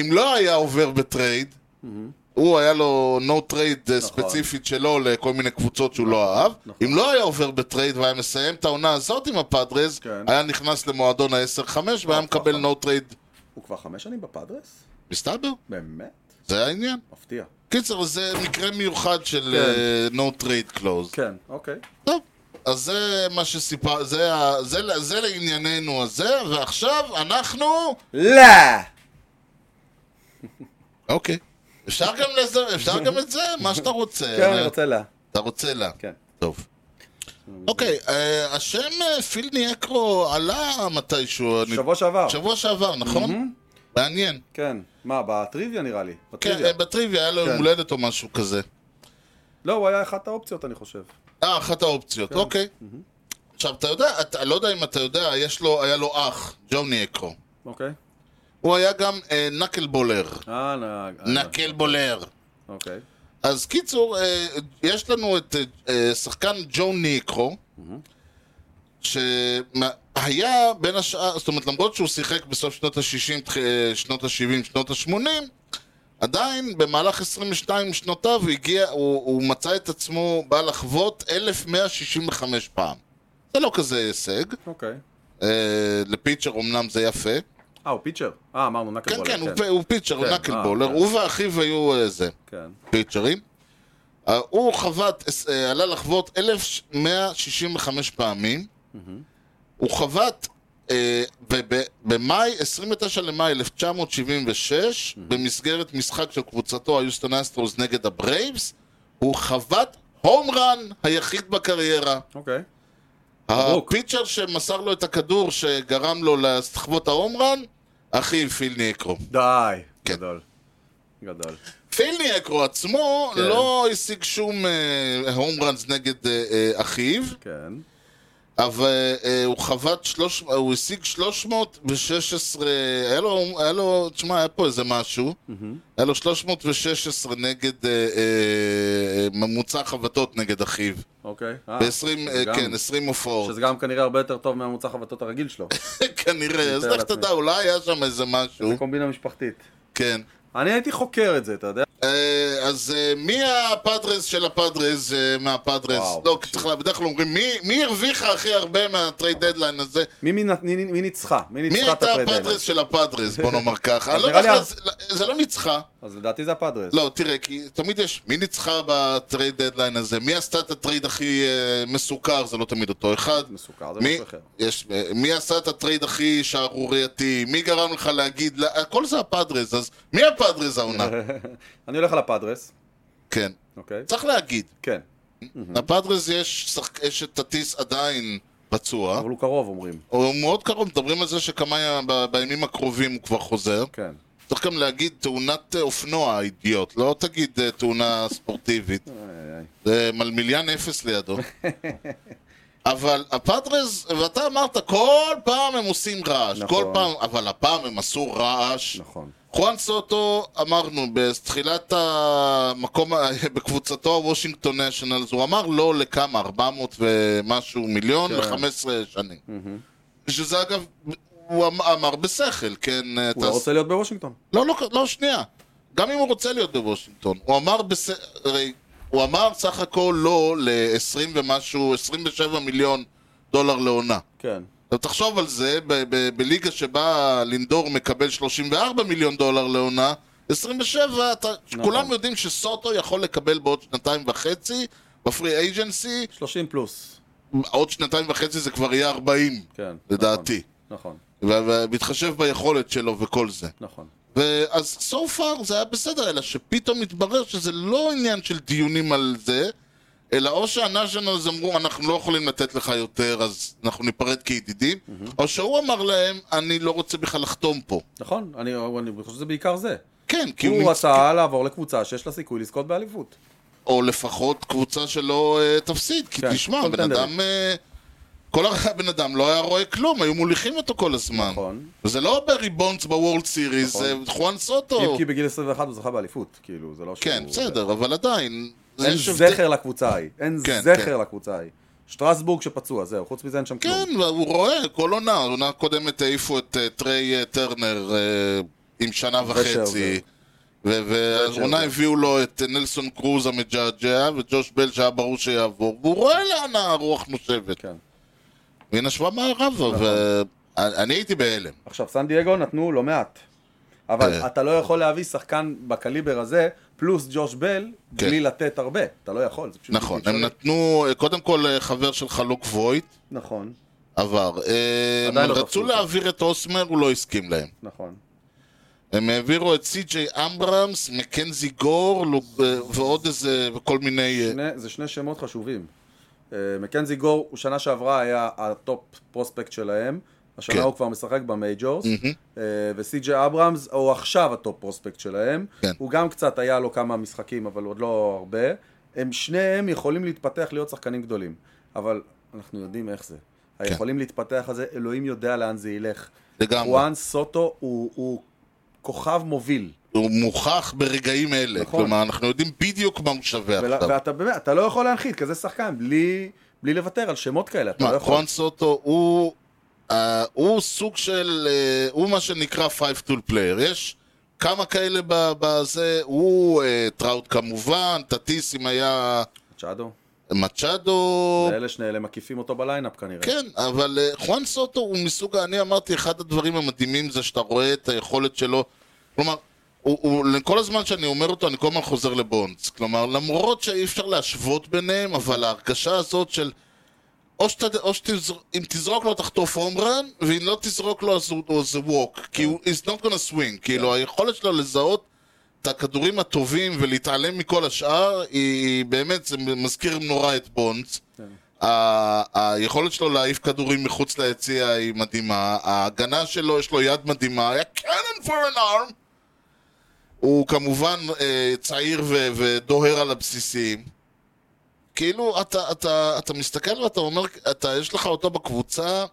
A: אם לא היה עובר בטרייד,
B: Mm-hmm.
A: הוא היה לו no trade אה, ספציפית שלו לכל מיני קבוצות שהוא לא אהב,
B: נכון.
A: אם לא היה עובר בטרייד והיה מסיים את העונה הזאת עם הפאדרז,
B: כן. נכון,
A: היה נכנס למועדון ה-10-5 והיה מקבל no trade,
B: הוא כבר חמש שנים בפאדרס?
A: מסתבר,
B: באמת?
A: זה העניין.
B: מפתיע.
A: קיצר, זה מקרה מיוחד של
B: כן.
A: אה, no trade close.
B: כן, אוקיי.
A: טוב, אז זה מה שסיפר, זה, ה- זה, זה לענייננו הזה, ועכשיו אנחנו...
B: לא!
A: כן. אוקיי. אפשר גם לזה, אפשר גם את זה, מה שאתה רוצה.
B: כן, אני רוצה לה.
A: אתה רוצה לה.
B: כן.
A: טוב. אוקיי, אה, השם אה, פיל ניאקרו עלה מתישהו. אני-
B: שבוע שעבר.
A: שבוע שעבר, נכון? מעניין.
B: כן. מה, בטריוויה נראה לי.
A: כן,
B: בטריוויה.
A: אה, בטריוויה היה לו יום
B: כן.
A: הולדת או משהו כזה.
B: לא, הוא היה אחת האופציות, אני חושב.
A: אה, אחת האופציות, אוקיי. עכשיו, אתה יודע, אתה לא יודע אם אתה יודע, יש לו, היה לו אח, ג'וני אקרו.
B: אוקיי.
A: הוא היה גם אה, נקל בולר.
B: אה, נהג. אה,
A: נקל בולר.
B: אוקיי.
A: אז קיצור, אה, יש לנו את אה, אה, שחקן ג'וני אקרו, שהיה בין השאר, זאת אומרת, למרות שהוא שיחק בסוף שנות ה-60, שנות ה-70, שנות ה-80, עדיין במהלך 22 שנותיו הוא הגיע, הוא, הוא מצא את עצמו בא לחוות 1165 פעם. זה לא כזה הישג,
B: אוקיי.
A: אה, לפיצ'ר אמנם זה יפה.
B: אה, הוא פיצ'ר? אה, אמרנו נקל
A: כן,
B: בולר.
A: כן, הוא, הוא פיצ'ר, הוא
B: כן,
A: נקל
B: אה,
A: בולר,
B: כן.
A: הוא ואחיו היו אה, זה,
B: כן.
A: פיצ'רים. אה, הוא חבט, אה, עלה לחבוט 1,165 פעמים. הוא חבט אה, ב- ב- במאי, 29 למאי 1976, במסגרת משחק של קבוצתו היוסטון אסטרוס נגד הברייבס, הוא חבט הום רן היחיד בקריירה.
B: אוקיי. מברוק.
A: הפיצ'ר שמסר לו את הכדור שגרם לו לחוות ההום רן, אחיו פיל ניקרו.
B: די.
A: כן.
B: גדול. גדול.
A: פיל ניקרו עצמו
B: כן.
A: לא השיג שום הום ראנס נגד אה, אה, אחיו,
B: כן.
A: אבל אה, הוא חבט, שלוש- הוא השיג 316, היה לו, היה לו, תשמע, היה פה איזה משהו, היה לו 316 נגד, אה, אה, ממוצע חבטות נגד אחיו,
B: אוקיי. אה,
A: ב-20,
B: שזה גם-
A: כן, 20 הופעות.
B: שזה גם כנראה הרבה יותר טוב מהממוצע חבטות הרגיל שלו.
A: כנראה, אז
B: מתאר
A: לך תדע,
B: לעצמי.
A: אולי היה שם איזה משהו,
B: זה קומבינה משפחתית.
A: כן.
B: אני הייתי חוקר את זה, אתה יודע?
A: אה, אז אה, מי הפאדרס של הפאדרס אה, מהפאדרס?
B: וואו,
A: לא,
B: תקשיב.
A: צריך לה- בדרך כלל אומרים, מי- מי הרוויחה הכי הרבה מהטרייד דדליין הזה?
B: מי מי נת- מי- מי ניצחה? מי
A: מי
B: ניצחה את
A: הייתה
B: הפרדל?
A: הפאדרס של הפאדרס, בוא נאמר ככה.
B: אז
A: לא
B: נראה לי
A: יודע, זה- זה לא ניצחה.
B: אז לדעתי זה הפאדרס.
A: לא, תראה, כי תמיד יש, מי ניצחה בטרייד דדליין הזה? מי עשתה את הטרייד הכי אה, מסוכר? זה לא תמיד אותו אחד.
B: מסוכר, זה
A: מי,
B: משהו אחר.
A: יש, אה, מי עשה את הטרייד הכי שערורייתי? מי גרם לך להגיד? לה- הכל זה הפאדרס, אז מי הפאדרס העונה?
B: אני הולך על הפאדרס,
A: כן.
B: אוקיי?
A: צריך להגיד.
B: כן.
A: לפאדרס יש, שחק- יש את הטיס עדיין פצוע,
B: אבל הוא קרוב אומרים.
A: הוא מאוד קרוב, מדברים על זה שכמה י- ב- בימים הקרובים הוא כבר חוזר.
B: כן.
A: צריך גם להגיד תאונת אה, אופנוע, אידיוט, לא תגיד אה, תאונה ספורטיבית.
B: איי, איי.
A: זה מלמיליאן אפס לידו. אבל הפאדרס, ואתה אמרת, כל פעם הם עושים רעש,
B: נכון.
A: כל פעם, אבל הפעם הם עשו רעש.
B: נכון.
A: חואן סוטו, אמרנו, בתחילת המקום, ה- בקבוצתו הוושינגטון נשיונלס, הוא אמר לא לכמה, 400 ומשהו מיליון
B: כן.
A: ל-15 שנים. שזה אגב, הוא אמ- אמר בשכל, כן?
B: הוא לא רוצה להיות בוושינגטון.
A: לא, לא, לא, שנייה. גם אם הוא רוצה להיות בוושינגטון, הוא אמר בס... הרי הוא אמר סך הכל לא ל-20 ומשהו, 27 מיליון דולר לעונה.
B: כן.
A: עכשיו תחשוב על זה, ב- ב- בליגה שבה לינדור מקבל 34 מיליון דולר לעונה, 27, אתה,
B: נכון.
A: כולם יודעים שסוטו יכול לקבל בעוד שנתיים וחצי, בפרי אייג'נסי,
B: 30 פלוס.
A: עוד שנתיים וחצי זה כבר יהיה 40,
B: כן.
A: לדעתי.
B: נכון.
A: ו- ובהתחשב ביכולת שלו וכל זה.
B: נכון.
A: ואז so far זה היה בסדר, אלא שפתאום התברר שזה לא עניין של דיונים על זה, אלא או שהנאז'נלס אמרו, אנחנו לא יכולים לתת לך יותר, אז אנחנו ניפרד כידידים, או שהוא אמר להם, אני לא רוצה בכלל לחתום פה.
B: נכון. אני אני חושב שזה בעיקר זה.
A: כן, כי הוא,
B: הוא
A: נמצא,
B: רצה לעבור לקבוצה שיש לה סיכוי לזכות באליפות.
A: או לפחות קבוצה שלא אה, תפסיד, כי
B: כן,
A: תשמע, בן
B: קונטנדרים.
A: אדם... אה, כל הבן אדם לא היה רואה כלום, היו מוליכים אותו כל הזמן.
B: נכון.
A: וזה לא ברי בונדס בוורלד סיריס,
B: נכון.
A: זה חואן סוטו.
B: אם כי בגיל 21 הוא זכה באליפות. כאילו, זה לא שהוא...
A: כן, בסדר, אבל עדיין.
B: אין
A: יש הבדל-
B: זכר לקבוצה ההיא. אין
A: כן,
B: זכר לקבוצה ההיא. שטרסבורג שפצוע, זהו. חוץ מזה אין שם כלום.
A: כן, והוא רואה, כל עונה, עונה קודמת העיפו את אה, טריי אה, טרנר אה, עם שנה וחצי.
B: ושרזר.
A: והעונה
B: ושרזר.
A: הביאו לו את אה, נלסון קרוז המג'עג'ע וג'וש בל שהיה ברור שיעבור והוא רואה לאן הרוח נושבת
B: כן. נכון.
A: והיא נשבה מערבה ואני אה, הייתי בהלם
B: עכשיו, סן דייגו נתנו לא מעט. אבל
A: אה.
B: אתה לא יכול להביא שחקן בקליבר הזה, פלוס ג'וש בל,
A: כן.
B: בלי לתת הרבה. אתה לא יכול, זה פשוט...
A: נכון,
B: בלתי
A: הם
B: אפשרי.
A: נתנו, אה, קודם כל אה, חבר שלך לוק וויט
B: נכון,
A: עבר אה, הם
B: עדיין לא
A: רצו
B: תפסו אותו.
A: להעביר את אוסמר, הוא לא הסכים להם
B: נכון.
A: הם העבירו את סי.ג'יי אמברמס, מקנזי גור לוק- אה, ועוד איזה, וכל מיני... אה,
B: שני, זה שני שמות חשובים. אה, מקנזי גור, הוא שנה שעברה היה הטופ פרוספקט שלהם, השנה
A: כן.
B: הוא כבר משחק במייג'ורס, mm-hmm. וסי.ג'י אברהמס הוא עכשיו הטופ פרוספקט שלהם,
A: כן.
B: הוא גם קצת היה לו כמה משחקים, אבל עוד לא הרבה, הם שניהם יכולים להתפתח להיות שחקנים גדולים, אבל אנחנו יודעים איך זה.
A: כן.
B: היכולים להתפתח הזה, אלוהים יודע לאן זה ילך.
A: לגמרי.
B: חואן סוטו הוא, הוא כוכב מוביל.
A: הוא מוכח ברגעים אלה.
B: נכון.
A: כלומר, אנחנו יודעים בדיוק מה הוא שווה
B: ולה-
A: עכשיו.
B: ואתה באמת, אתה לא יכול להנחית כזה שחקן בלי, בלי לוותר על שמות כאלה, אתה
A: מה,
B: לא יכול.
A: חואן סוטו הוא... אה, הוא סוג של... אה, הוא מה שנקרא 5-tool player. יש כמה כאלה ב- בזה. הוא אה, טראוט כמובן, טטיס אם היה אה,
B: צ'אדו.
A: מצ'אדו.
B: ואלה שני אלה מקיפים אותו בליינאפ כנראה.
A: כן, אבל אה, חואן סוטו הוא מסוג ה... אני אמרתי, אחד הדברים המדהימים זה שאתה רואה את היכולת שלו. כלומר, הוא, הוא, כל הזמן שאני אומר אותו, אני כל הזמן חוזר לבונדס. כלומר, למרות שאי אפשר להשוות ביניהם, אבל ההרגשה הזאת של... או, שת, או שאם תזרוק לו תחטוף הום רן, ואם לא תזרוק לו אז הוא הוא- זה ווק. כי הוא is not gonna swing. כאילו, היכולת שלו לזהות את הכדורים הטובים ולהתעלם מכל השאר, היא היא באמת, זה מזכיר נורא את בונדס. ה- היכולת שלו להעיף כדורים מחוץ ליציע היא מדהימה, ההגנה שלו, יש לו יד מדהימה, היה cannon for an arm. הוא כמובן אה, צעיר ו- ודוהר על הבסיסים. כאילו, אתה, אתה, אתה מסתכל ואתה אומר, אתה, יש לך אותו בקבוצה,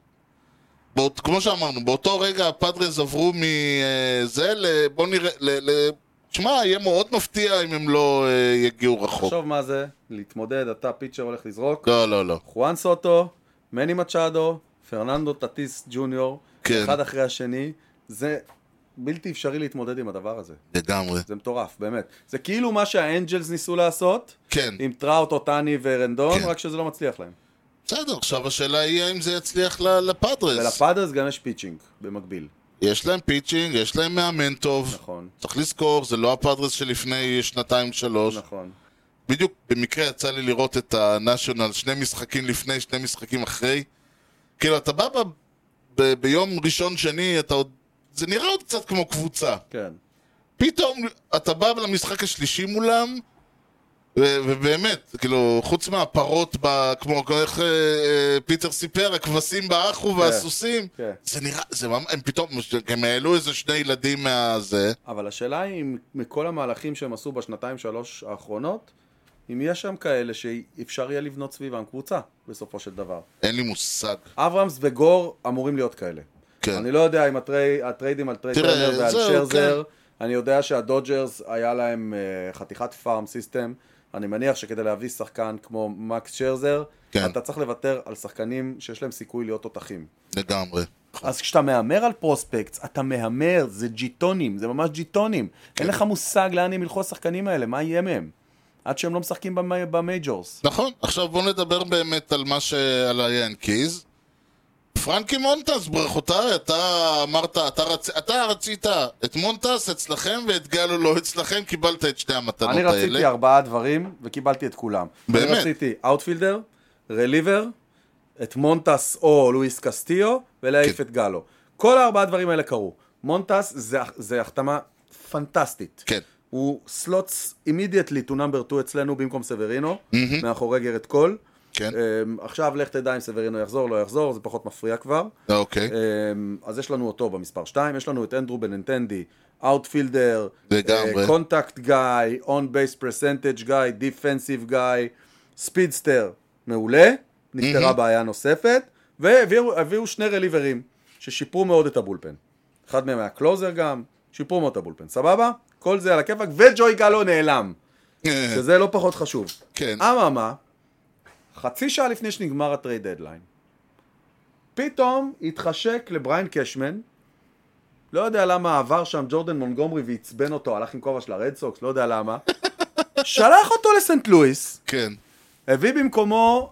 A: באות, כמו שאמרנו, באותו רגע הפאדרס עברו מזה ל... בוא נראה... ל, ל, תשמע, יהיה מאוד מפתיע אם הם לא אה, יגיעו רחוק.
B: תחשוב מה זה, להתמודד, אתה פיצ'ר הולך לזרוק,
A: לא, לא, לא.
B: חואן סוטו, מני מצ'אדו, פרננדו טטיס ג'וניור,
A: כן.
B: אחד אחרי השני, זה בלתי אפשרי להתמודד עם הדבר הזה,
A: לגמרי.
B: זה מטורף, באמת. זה כאילו מה שהאנג'לס ניסו לעשות,
A: כן.
B: עם טראוט, אוטני ורנדון,
A: כן.
B: רק שזה לא מצליח להם.
A: בסדר, עכשיו השאלה היא האם זה יצליח ל- לפאדרס.
B: ולפאדרס גם יש פיצ'ינג במקביל,
A: יש להם פיצ'ינג, יש להם מאמן טוב.
B: נכון,
A: צריך לזכור, זה לא הפאדרס שלפני שנתיים-שלוש.
B: נכון.
A: בדיוק במקרה יצא לי לראות את הנשיונל, שני משחקים לפני, שני משחקים אחרי. כאילו, אתה בא ב- ב- ביום ראשון-שני, אתה עוד... זה נראה עוד קצת כמו קבוצה.
B: כן,
A: פתאום אתה בא למשחק השלישי מולם, ו- ובאמת, כאילו, חוץ מהפרות, ב- כמו איך אה, אה, פיטר סיפר, הכבשים באחו והסוסים,
B: כן.
A: זה נראה, זה ממש, הם פתאום, הם העלו איזה שני ילדים מהזה,
B: אבל השאלה היא אם מכל המהלכים שהם עשו בשנתיים שלוש האחרונות, אם יש שם כאלה שאפשר יהיה לבנות סביבם קבוצה, בסופו של דבר.
A: אין לי מושג.
B: אברהמס וגור אמורים להיות כאלה.
A: כן.
B: אני לא יודע אם הטרי, הטריידים על טרי
A: תראה,
B: טרנר ועל
A: זהו, כן.
B: שרזר, אני יודע שהדודג'רס היה להם אה, חתיכת פארם סיסטם, אני מניח שכדי להביא שחקן כמו מקס שרזר,
A: כן.
B: אתה צריך לוותר על שחקנים שיש להם סיכוי להיות תותחים.
A: לגמרי.
B: אז כשאתה מהמר על פרוספקטס, אתה מהמר, זה ג'יטונים, זה ממש ג'יטונים. אין לך מושג לאן הם ילכו השחקנים האלה, מה יהיה מהם? עד שהם לא משחקים במי- במייג'ורס.
A: נכון, עכשיו בואו נדבר באמת על מה ש... על היאנקיז. פרנקי מונטס, ברכותיי, אתה אמרת, אתה, רצ... אתה רצית את מונטס אצלכם ואת גלו לא אצלכם, קיבלת את שני המתנות
B: אני
A: האלה.
B: רציתי ארבעה דברים, וקיבלתי את כולם.
A: לא, באמת?
B: אני רציתי אאוטפילדר, רליבר, את מונטס או לואיס קסטיו, ולהעיף
A: כן.
B: את גלו. כל הארבעה הדברים האלה קרו. מונטס זה, זה החתמה פנטסטית.
A: כן.
B: הוא סלוטס אימידיאטלי to number 2 אצלנו במקום סברינו, מאחורי גרד קול.
A: כן.
B: אמ, עכשיו לך תדע אם סברינו יחזור, לא יחזור, זה פחות מפריע כבר.
A: אוקיי.
B: אמ, אז יש לנו אותו במספר 2, יש לנו את אנדרו אה, בננטנדי, אאוטפילדר,
A: לגמרי.
B: קונטקט גיא, און בייס פרסנטג' גיא, דיפנסיב גיא, ספידסטר, מעולה, נפתרה בעיה נוספת, והביאו הביאו שני רליברים, ששיפרו מאוד את הבולפן. אחד מהם היה קלוזר גם, שיפרו מאוד את הבולפן, סבבה? כל זה על הכיפאק, וג'וי גלו נעלם, שזה לא פחות חשוב.
A: כן.
B: אממה, חצי שעה לפני שנגמר הטרייד דדליין, פתאום התחשק לבריין קשמן, לא יודע למה עבר שם ג'ורדן מונגומרי ועצבן אותו, הלך עם כובע של הרד סוקס, לא יודע למה, שלח אותו לסנט לואיס,
A: כן.
B: הביא במקומו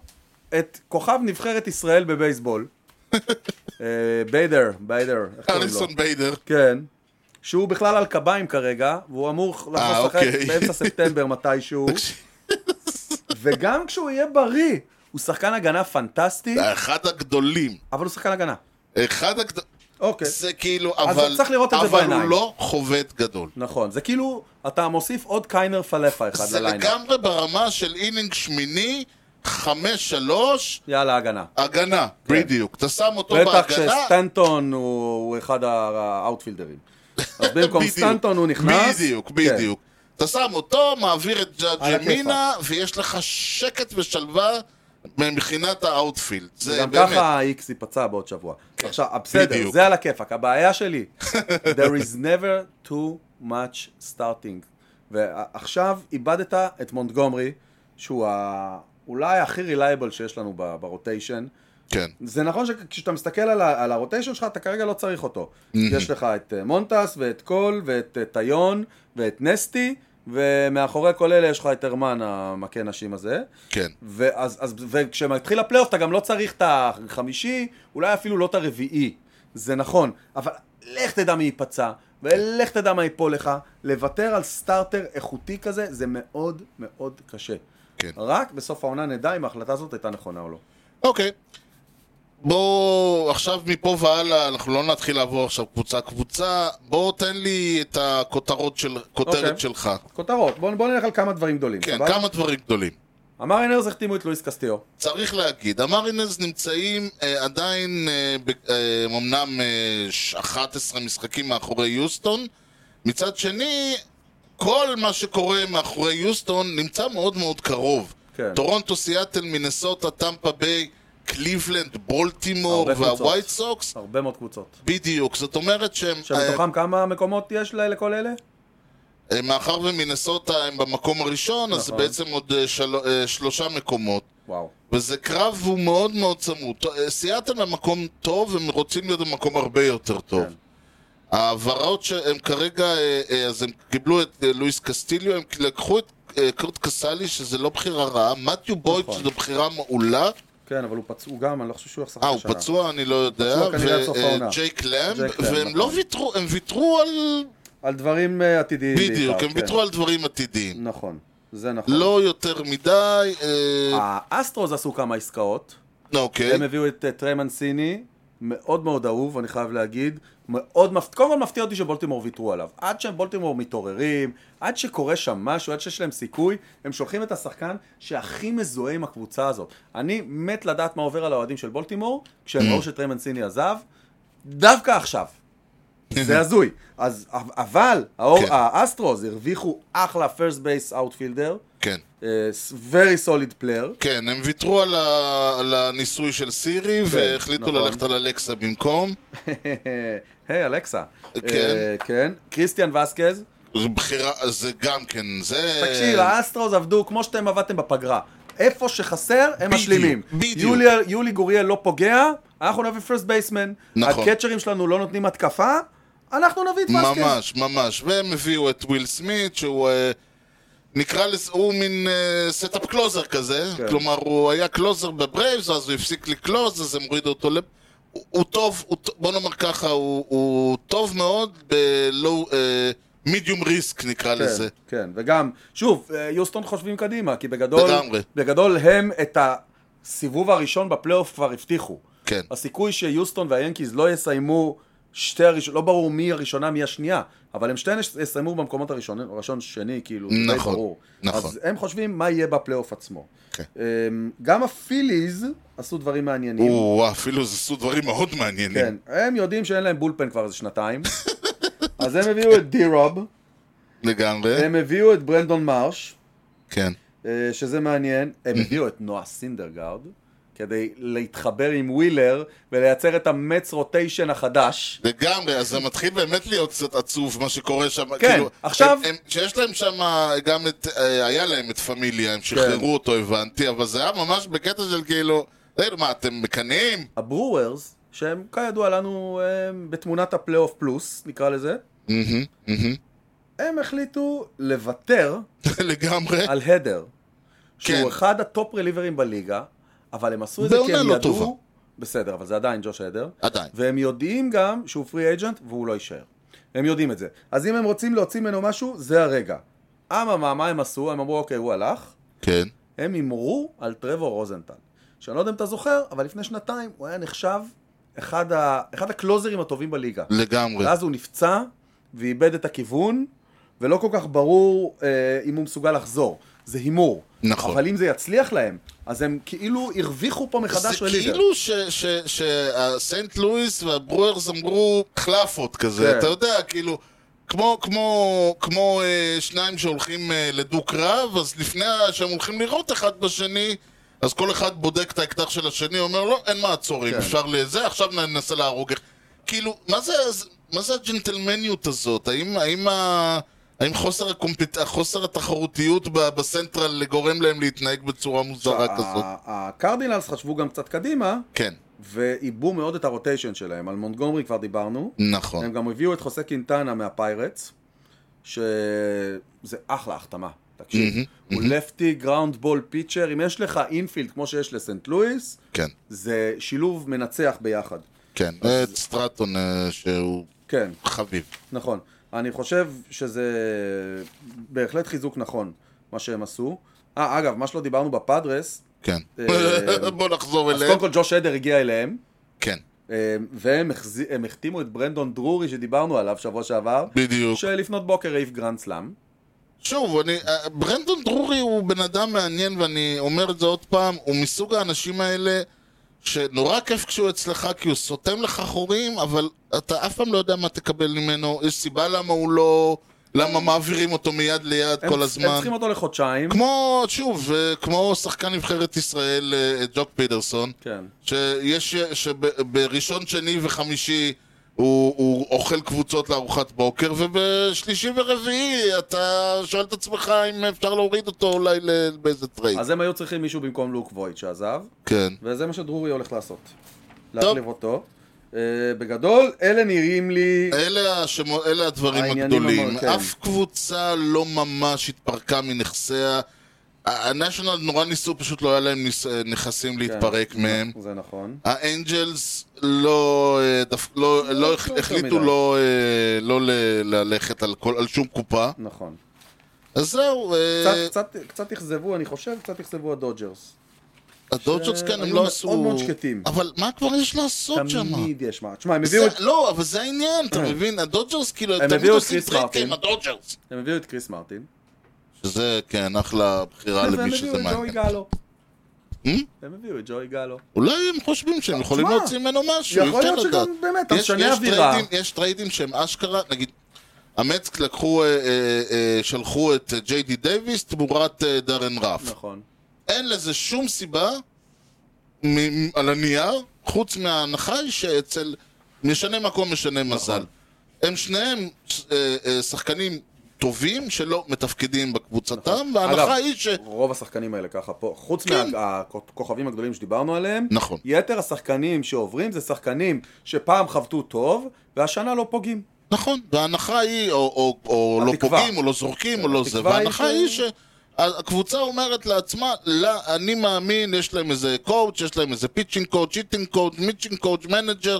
B: את כוכב נבחרת ישראל בבייסבול, אה, ביידר, ביידר, איך קוראים לו?
A: אליסון ביידר.
B: כן, שהוא בכלל על קביים כרגע, והוא אמור לחזור לשחק
A: אוקיי.
B: באמצע ספטמבר מתישהו. וגם כשהוא יהיה בריא, הוא שחקן הגנה פנטסטי,
A: אחד הגדולים.
B: אבל הוא שחקן הגנה.
A: אחד הגדולים.
B: אוקיי.
A: זה כאילו,
B: אז
A: אבל...
B: צריך לראות את זה
A: אבל
B: בעיניים.
A: הוא לא חובט גדול.
B: נכון, זה כאילו, אתה מוסיף עוד קיינר פלאפה אחד
A: זה
B: לליינר.
A: לגמרי ברמה של אינינג שמיני, חמש, שלוש,
B: יאללה, הגנה.
A: הגנה. בדיוק. אתה שם אותו
B: כן. בטח
A: בהגנה,
B: שסטנטון הוא הוא אחד האאוטפילדרים. אז במקום
A: בדיוק.
B: סטנטון הוא נכנס.
A: בדיוק,
B: כן.
A: בדיוק. אתה שם אותו, מעביר את ג'אג'
B: על הכיפאק.
A: ימינה, ויש לך שקט ושלווה מבחינת האאוטפילד. זה
B: גם
A: באמת. כן,
B: ככה האיקס ייפצע בעוד שבוע. עכשיו, בסדר,
A: בדיוק.
B: זה על הכיפאק, הבעיה שלי. There is never too much starting. ועכשיו איבדת את מונטגומרי, שהוא ה... אולי הכי רילייבל שיש לנו ב- ברוטיישן.
A: כן,
B: זה נכון שכשאתה מסתכל על, ה- על הרוטיישן שלך, אתה כרגע לא צריך אותו. יש לך את אה, מונטס, ואת קול, ואת אה, טיון, ואת נסטי, ומאחורי כל אלה יש לך את הרמן, המכה נשים הזה.
A: כן.
B: ואז, אז, וכשמתחיל הפלייאוף אתה גם לא צריך את החמישי, אולי אפילו לא את הרביעי. זה נכון, אבל לך תדע מי ייפצע, ולך תדע מה ייפול לך, לוותר על סטארטר איכותי כזה, זה מאוד מאוד קשה.
A: כן.
B: רק בסוף העונה נדע אם ההחלטה הזאת הייתה נכונה או לא.
A: אוקיי. בואו עכשיו מפה והלאה, אנחנו לא נתחיל לעבור עכשיו קבוצה קבוצה, בואו תן לי את הכותרות של, כותרת
B: אוקיי.
A: שלך.
B: כותרות, בואו בוא נלך על כמה דברים גדולים.
A: כן,
B: סבבה?
A: כמה דברים גדולים.
B: המריינרס החתימו את לואיס קסטיו.
A: צריך להגיד, המרינרס נמצאים אה, עדיין, אה, ב- אה, אמנם אה, ש- 11 משחקים מאחורי יוסטון, מצד שני, כל מה שקורה מאחורי יוסטון נמצא מאוד מאוד קרוב.
B: כן.
A: טורונטו, סיאטל, מינסוטה, טמפה ביי, קליבלנד, בולטימור
B: הרבה קבוצות.
A: והווייט סוקס,
B: הרבה מאוד קבוצות.
A: בדיוק, זאת אומרת שהם...
B: שבתוכם כמה מקומות יש ל- לכל אלה?
A: אה, מאחר ומינסוטה הם במקום הראשון, אז
B: נכון.
A: בעצם עוד אה, של... אה, שלושה מקומות.
B: וואו.
A: וזה קרב הוא מאוד מאוד צמוד. ט- אה, סיאטל במקום טוב, הם רוצים להיות במקום הרבה יותר טוב.
B: כן.
A: ההעברות שהם כרגע, אה, אה, אז הם קיבלו את אה, לואיס קסטיליו, הם לקחו את אה, קורט קסלי, שזה לא בחירה רעה, מתיו בויד,
B: נכון.
A: שזו בחירה מעולה,
B: כן, אבל הוא פצעו גם, אני לא חושב שהוא יחסך
A: אה, הוא פצוע, אני לא יודע,
B: פצוע כנראה עד סוף העונה.
A: וג'ייק למב,
B: ג'ייק למב,
A: והם לא
B: נכון.
A: ויתרו, הם ויתרו על...
B: על דברים אה, עתידיים.
A: בדיוק,
B: בעיקר,
A: הם
B: כן.
A: ויתרו על דברים עתידיים.
B: נכון, זה נכון.
A: לא יותר מדי, אה,
B: האסטרוז עשו כמה עסקאות.
A: אוקיי.
B: הם הביאו את אה, טריי מנסיני, מאוד מאוד אהוב, אני חייב להגיד. מאוד מפתיע, קודם כל מפתיע אותי שבולטימור ויתרו עליו. עד שבולטימור מתעוררים, עד שקורה שם משהו, עד שיש להם סיכוי, הם שולחים את השחקן שהכי מזוהה עם הקבוצה הזאת. אני מת לדעת מה עובר על האוהדים של בולטימור,
A: כן.
B: כשהם ראו שטריי מנסיני עזב, דווקא עכשיו. זה הזוי. אז, אבל, האור,
A: כן.
B: האסטרוס הרוויחו אחלה פרסט בייס אאוטפילדר,
A: כן.
B: אה, very solid player,
A: כן, הם ויתרו על, ה... על הניסוי של סירי, והחליטו
B: נכון.
A: ללכת על אלקסה במקום.
B: היי, אלכסה.
A: כן. אה,
B: אה, כן. קריסטיאן וסקז.
A: זו בחירה, אז זה גם כן, זה...
B: תקשיב, אה? האסטרוס עבדו כמו שאתם עבדתם בפגרה. איפה שחסר, הם משלימים.
A: בדיוק.
B: יולי- יולי גוריאל לא פוגע, אנחנו נביא פרסט בייסמן.
A: נכון.
B: הקצ'רים שלנו לא נותנים התקפה, אנחנו נביא את וסקז.
A: ממש, ממש. והם הביאו את וויל סמית, שהוא... אה, נקרא לזה, הוא מין אה, סטאפ קלוזר כזה,
B: כן.
A: כלומר הוא היה קלוזר בברייבס, אז הוא הפסיק לקלוז, אז הם הורידו אותו ל... הוא, הוא טוב, הוא, ט- בוא נאמר ככה, הוא, הוא טוב מאוד בלואו, מידיום ריסק נקרא
B: כן,
A: לזה.
B: כן, וגם, שוב, אה, יוסטון חושבים קדימה, כי בגדול,
A: לגמרי.
B: בגדול הם את הסיבוב הראשון בפלייאוף כבר הבטיחו.
A: כן.
B: הסיכוי שיוסטון והיאנקיז לא יסיימו שתי הראשונות, לא ברור מי הראשונה מי השנייה, אבל הם שתיהן יש- יסיימו במקומות הראשון, ראשון שני, כאילו, זה די
A: נכון,
B: ברור.
A: נכון.
B: אז הם חושבים מה יהיה בפלייאוף עצמו.
A: כן.
B: אמ, גם הפיליז עשו דברים מעניינים.
A: הוא, אפילו זה עשו דברים מאוד מעניינים.
B: כן, הם יודעים שאין להם בולפן כבר איזה שנתיים, אז הם הביאו את די-רוב,
A: לגמרי,
B: הם הביאו את ברנדון מרש,
A: כן.
B: אה, שזה מעניין, הם הביאו את נועה סינדרגרד כדי להתחבר עם ווילר ולייצר את המץ רוטיישן החדש.
A: לגמרי, אז זה מתחיל באמת להיות קצת עצוב מה שקורה שם. כאילו,
B: כן, עכשיו-
A: הם, הם, שיש להם שם גם את... אה, היה להם את פמיליה, הם שחררו
B: כן.
A: אותו, הבנתי, אבל זה היה ממש בקטע של כאילו... תגידו, מה, אתם מקנאים?
B: הברוארס, שהם כידוע לנו הם בתמונת הפלייאוף פלוס, נקרא לזה,
A: מהמם, מהמם.
B: הם החליטו לוותר
A: לגמרי.
B: על הדר, שהוא
A: כן.
B: אחד הטופ רליברים בליגה, אבל הם עשו את זה כי
A: בעונה
B: הם
A: לא
B: ידעו...
A: טובה.
B: בסדר, אבל זה עדיין ג'וש הדר.
A: עדיין.
B: והם יודעים גם שהוא פרי אג'נט והוא לא יישאר. הם יודעים את זה. אז אם הם רוצים להוציא ממנו משהו, זה הרגע. אממה, מה הם עשו? הם אמרו, אוקיי, הוא הלך.
A: כן.
B: הם הימרו על טרוור רוזנטל. שאני לא יודע אם אתה זוכר, אבל לפני שנתיים הוא היה נחשב אחד, ה... אחד הקלוזרים הטובים בליגה.
A: לגמרי.
B: ואז הוא נפצע, ואיבד את הכיוון, ולא כל כך ברור אה, אם הוא מסוגל לחזור. זה הימור.
A: נכון.
B: אבל אם זה יצליח להם, אז הם כאילו הרוויחו פה מחדש
A: זה
B: רליגה.
A: כאילו ש- ש- שהסנט לואיס והברוארס אמרו קלאפות כזה,
B: כן.
A: אתה יודע, כאילו, כמו- כמו כמו, אה, שניים שהולכים אה, לדו-קרב, אז לפני ה- שהם הולכים לראות אחד בשני, אז כל אחד בודק את האקדח של השני, אומר לו, אין מעצורים,
B: כן.
A: אפשר לזה, עכשיו ננסה להרוג. איך-". כאילו, מה זה מה זה הג'נטלמניות הזאת? האם- האם ה- האם חוסר הקומפט- חוסר התחרותיות ב- בסנטרל גורם להם להתנהג בצורה מוזרה כזאת?
B: ה- הקרדינלס חשבו גם קצת קדימה,
A: כן,
B: ועיבו מאוד את הרוטיישן שלהם. על מונטגומרי כבר דיברנו.
A: נכון.
B: הם גם הביאו את חוסה קינטנה מהפיירטס, שזה אחלה החתמה, תקשיב. הוא לפטי גראונד בול פיצ'ר, אם יש לך אינפילד כמו שיש לסנט לואיס,
A: כן.
B: זה שילוב מנצח ביחד.
A: כן, את סטרטון אה, שהוא
B: כן.
A: חביב.
B: נכון. אני חושב שזה בהחלט חיזוק נכון, מה שהם עשו. אה, אגב, מה שלא דיברנו בפאדרס,
A: כן.
B: אה,
A: בוא נחזור
B: אז קודם
A: אליהם.
B: כל ג'וש אדר הגיע אליהם,
A: כן,
B: אה, והם החזי- הם החתימו את ברנדון דרורי שדיברנו עליו שבוע שעבר,
A: בדיוק.
B: שלפנות בוקר העיף גרנד סלאם.
A: שוב, אני, אה, ברנדון דרורי הוא בן אדם מעניין, ואני אומר את זה עוד פעם, הוא מסוג האנשים האלה שנורא כיף כשהוא אצלך, כי הוא סותם לך חורים, אבל אתה אף פעם לא יודע מה תקבל ממנו, יש סיבה למה הוא לא... למה מעבירים אותו מיד ליד
B: הם-
A: כל הזמן.
B: הם צריכים אותו לחודשיים.
A: כמו, שוב, אה, כמו שחקן נבחרת ישראל, אה, ג'וק פיטרסון,
B: כן.
A: שיש, שבראשון, שני וחמישי הוא, הוא אוכל קבוצות לארוחת בוקר, ובשלישי ורביעי אתה שואל את עצמך אם אפשר להוריד אותו אולי ל- באיזה טרייד.
B: אז הם היו צריכים מישהו במקום לוק וויד שעזב,
A: כן.
B: וזה מה שדרורי הולך לעשות. להחליף אותו. אה, בגדול, אלה נראים לי...
A: אלה, השמו, אלה הדברים
B: העניינים
A: הגדולים.
B: המ- כן.
A: אף קבוצה לא ממש התפרקה מנכסיה. הנשיונל נורא ניסו, פשוט לא היה להם ניס-
B: כן.
A: נכסים להתפרק מהם.
B: זה נכון.
A: האנג'לס לא, אה, דף, לא, לא הח-
B: יותר
A: החליטו
B: מדי.
A: לא, אה, לא ל- ללכת על, כל, על שום קופה.
B: נכון.
A: אז זהו, אה,
B: קצת- קצת- קצת אכזבו, אני חושב, קצת אכזבו הדודג'רס.
A: הדודג'רס
B: ש-
A: כן, הם
B: אה, היו
A: לא
B: מאוד
A: עשו...
B: מאוד שקטים.
A: אבל מה כבר יש לעשות שם?
B: תמיד יש מה. תשמע, הם הביאו את- אה.
A: לא, אבל לא זה העניין, אתה מבין? הדודג'רס כאילו, הם תמיד
B: הביאו את
A: עושים
B: קריס
A: טרייד
B: מרטין.
A: עם הדודג'רס.
B: הם הביאו את קריס מרטין.
A: שזה, כן, אחלה בחירה
B: והם
A: אה, למי
B: הביאו
A: שזה
B: את ג'וי
A: מעניין.
B: גלו.
A: Hmm?
B: הם הביאו את ג'וי גלו.
A: אולי הם חושבים שהם יכולים
B: תשמע,
A: להוציא ממנו משהו,
B: יכול
A: אי אפשר
B: להיות שגם
A: לדעת.
B: באמת, אתה
A: יש-
B: משנה
A: יש
B: אווירה.
A: טריידים- יש טריידים שהם אשכרה, נגיד, המץ לקחו, אה, אה, אה, שלחו את ג'יי די דייוויס תמורת אה, דארן ראף.
B: נכון.
A: אין לזה שום סיבה מ- על הנייר, חוץ מההנחה היא שאצל משנה מקום משנה
B: נכון.
A: מזל. הם שניהם אה, אה, שחקנים טובים שלא מתפקדים בקבוצתם,
B: נכון. אגב,
A: וההנחה היא ש...
B: רוב השחקנים האלה ככה פה, חוץ
A: כן.
B: מהכוכבים הגדולים שדיברנו עליהם,
A: נכון.
B: יתר השחקנים שעוברים זה שחקנים שפעם חבטו טוב, והשנה לא פוגעים.
A: נכון, וההנחה היא, או, או, או לא
B: התקווה.
A: פוגעים, או לא זורקים, או לא זה,
B: התקווה היא
A: וההנחה
B: ש-
A: היא שהקבוצה אומרת לעצמה, לא, אני מאמין, יש להם איזה קואוץ', יש להם איזה פיצ'ינג קואוץ', איטינג קואוץ', מיצ'ינג קואוץ', מנג'ר,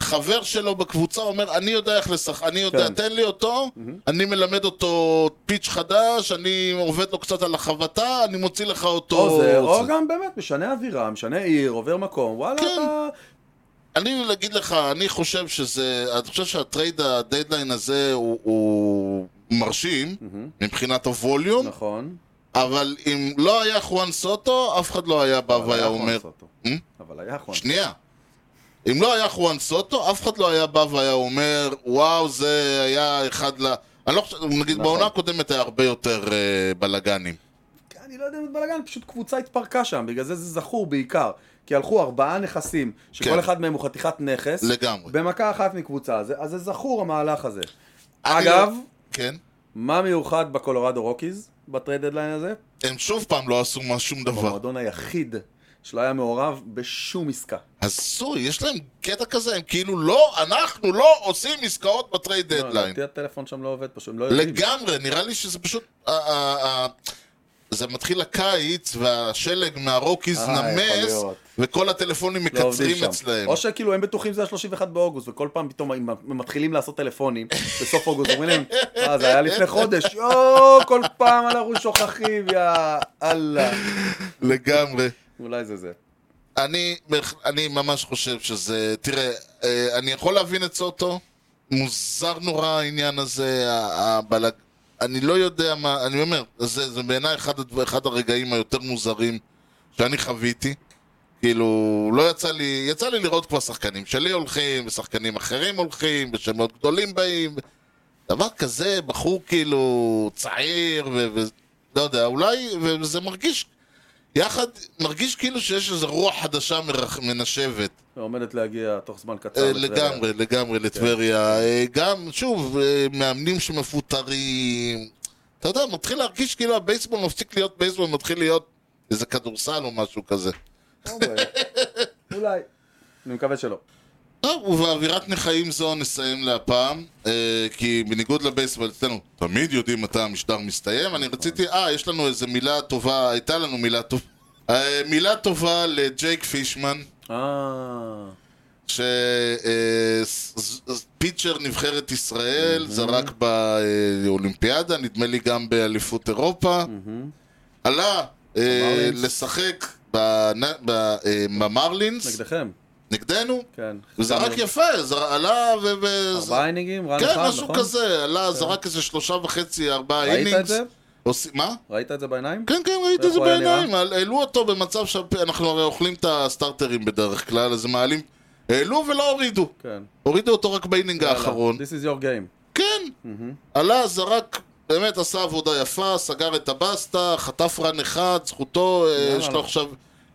A: חבר שלו בקבוצה אומר, אני יודע איך לשחק, אני יודע,
B: כן.
A: תן לי אותו, אני מלמד אותו פיץ' חדש, אני עובד לו קצת על החבטה, אני מוציא לך אותו...
B: או זה, או
A: זה.
B: גם באמת, משנה אווירה, משנה עיר, עובר מקום, וואלה,
A: כן.
B: אתה...
A: אני אגיד לך, אני חושב שזה, אני חושב שהטרייד הדדליין הזה הוא, הוא מרשים מבחינת הווליום,
B: נכון.
A: אבל אם לא היה חואן סוטו, אף אחד לא היה בא
B: אבל
A: והיה
B: היה חואן
A: אומר...
B: סוטו.
A: Hmm?
B: אבל היה חואן.
A: שנייה. אם לא היה חואן סוטו, אף אחד לא היה בא והיה אומר, וואו, זה היה אחד ל... אני לא חושב, נגיד,
B: נכון.
A: בעונה הקודמת היה הרבה יותר uh, בלאגנים.
B: אני לא יודע אם זה בלאגן, פשוט קבוצה התפרקה שם, בגלל זה זה זכור בעיקר. כי הלכו ארבעה נכסים, שכל
A: כן.
B: אחד מהם הוא חתיכת נכס.
A: לגמרי.
B: במכה אחת מקבוצה, אז, אז זה זכור המהלך הזה.
A: אני
B: אגב,
A: לא- כן.
B: מה מיוחד בקולורדו רוקיז, בטרייד דדליין הזה?
A: הם שוב פעם לא עשו מה- שום דבר.
B: המועדון היחיד שלא היה מעורב בשום עסקה.
A: הזוי, יש להם קטע כזה, הם כאילו לא, אנחנו לא עושים עסקאות בטרייד
B: לא,
A: דדליין.
B: לדעתי הטלפון שם לא עובד פשוט, הם לא יודעים.
A: לגמרי, נראה לי שזה פשוט... ה- ה- ה- זה מתחיל הקיץ, והשלג מהרוקיז
B: אה, יכול
A: נמס,
B: להיות.
A: וכל הטלפונים
B: לא עובדים
A: מקצרים
B: שם.
A: אצלהם.
B: או שכאילו הם בטוחים שזה ה-31 באוגוסט, וכל פעם פתאום הם הם מתחילים לעשות טלפונים, בסוף אוגוסט אומרים להם, אה, זה היה לפני חודש, יואו, כל פעם אנחנו שוכחים, יא אללה.
A: לגמרי.
B: אולי זה זה.
A: אני, אני ממש חושב שזה... תראה, אה, אני יכול להבין את סוטו, מוזר נורא העניין הזה, ה- הבלג... אני לא יודע מה... אני אומר, זה, זה בעיניי אחד, הדבר- אחד הרגעים היותר מוזרים שאני חוויתי. כאילו, לא יצא לי... יצא לי לראות כבר שחקנים שלי הולכים, ושחקנים אחרים הולכים, ושמות גדולים באים. דבר כזה, בחור כאילו צעיר, ו... ו לא יודע, אולי... וזה מרגיש... יחד, מרגיש כאילו שיש איזו רוח חדשה מרח, מנשבת.
B: עומדת להגיע תוך זמן קצר.
A: אה,
B: לטבריה.
A: לגמרי, לגמרי, לטבריה. אה, גם, שוב, אה, מאמנים שמפוטרים. אתה יודע, מתחיל להרגיש כאילו הבייסבול מפסיק להיות בייסבול, מתחיל להיות איזה כדורסל או משהו כזה.
B: אוקיי. אולי. אני מקווה שלא.
A: טוב, ובאווירת נכאים זו נסיים להפעם, אה, כי בניגוד לבייסבול אצלנו תמיד יודעים מתי המשדר מסתיים. אני רציתי, אה, יש לנו איזה מילה טובה, הייתה לנו מילה טובה. אה, מילה טובה לג'ייק פישמן.
B: אה...
A: שפיצ'ר נבחרת
B: Mm-hmm.
A: ישראל זרק באולימפיאדה, נדמה לי גם באליפות אירופה, עלה אה,
B: Mm-hmm. במרלינס.
A: לשחק בנ- ב- אה, במרלינס
B: נגדכם,
A: נגדנו,
B: כן.
A: הוא זרק יפה, זר- עלה ו... ו-
B: ארבעה אינינגים, רן אחד,
A: כן,
B: נכון?
A: משהו כזה, עלה, זרק איזה שלושה וחצי, ארבעה
B: ראית את
A: אינינגס.
B: זה?
A: עושים- מה?
B: ראית את זה בעיניים?
A: כן, כן, ראיתי את זה
B: הוא היה
A: בעיניים. על- העלו אותו במצב שאנחנו הרי אוכלים את הסטארטרים בדרך כלל, אז הם מעלים... העלו ולא הורידו.
B: כן.
A: הורידו אותו רק באינינג האחרון.
B: This is your game.
A: כן. עלה, זרק, באמת עשה עבודה יפה, סגר את הבסטה, חטף רן אחד, זכותו, אה,
B: יאללה.
A: יש לו עכשיו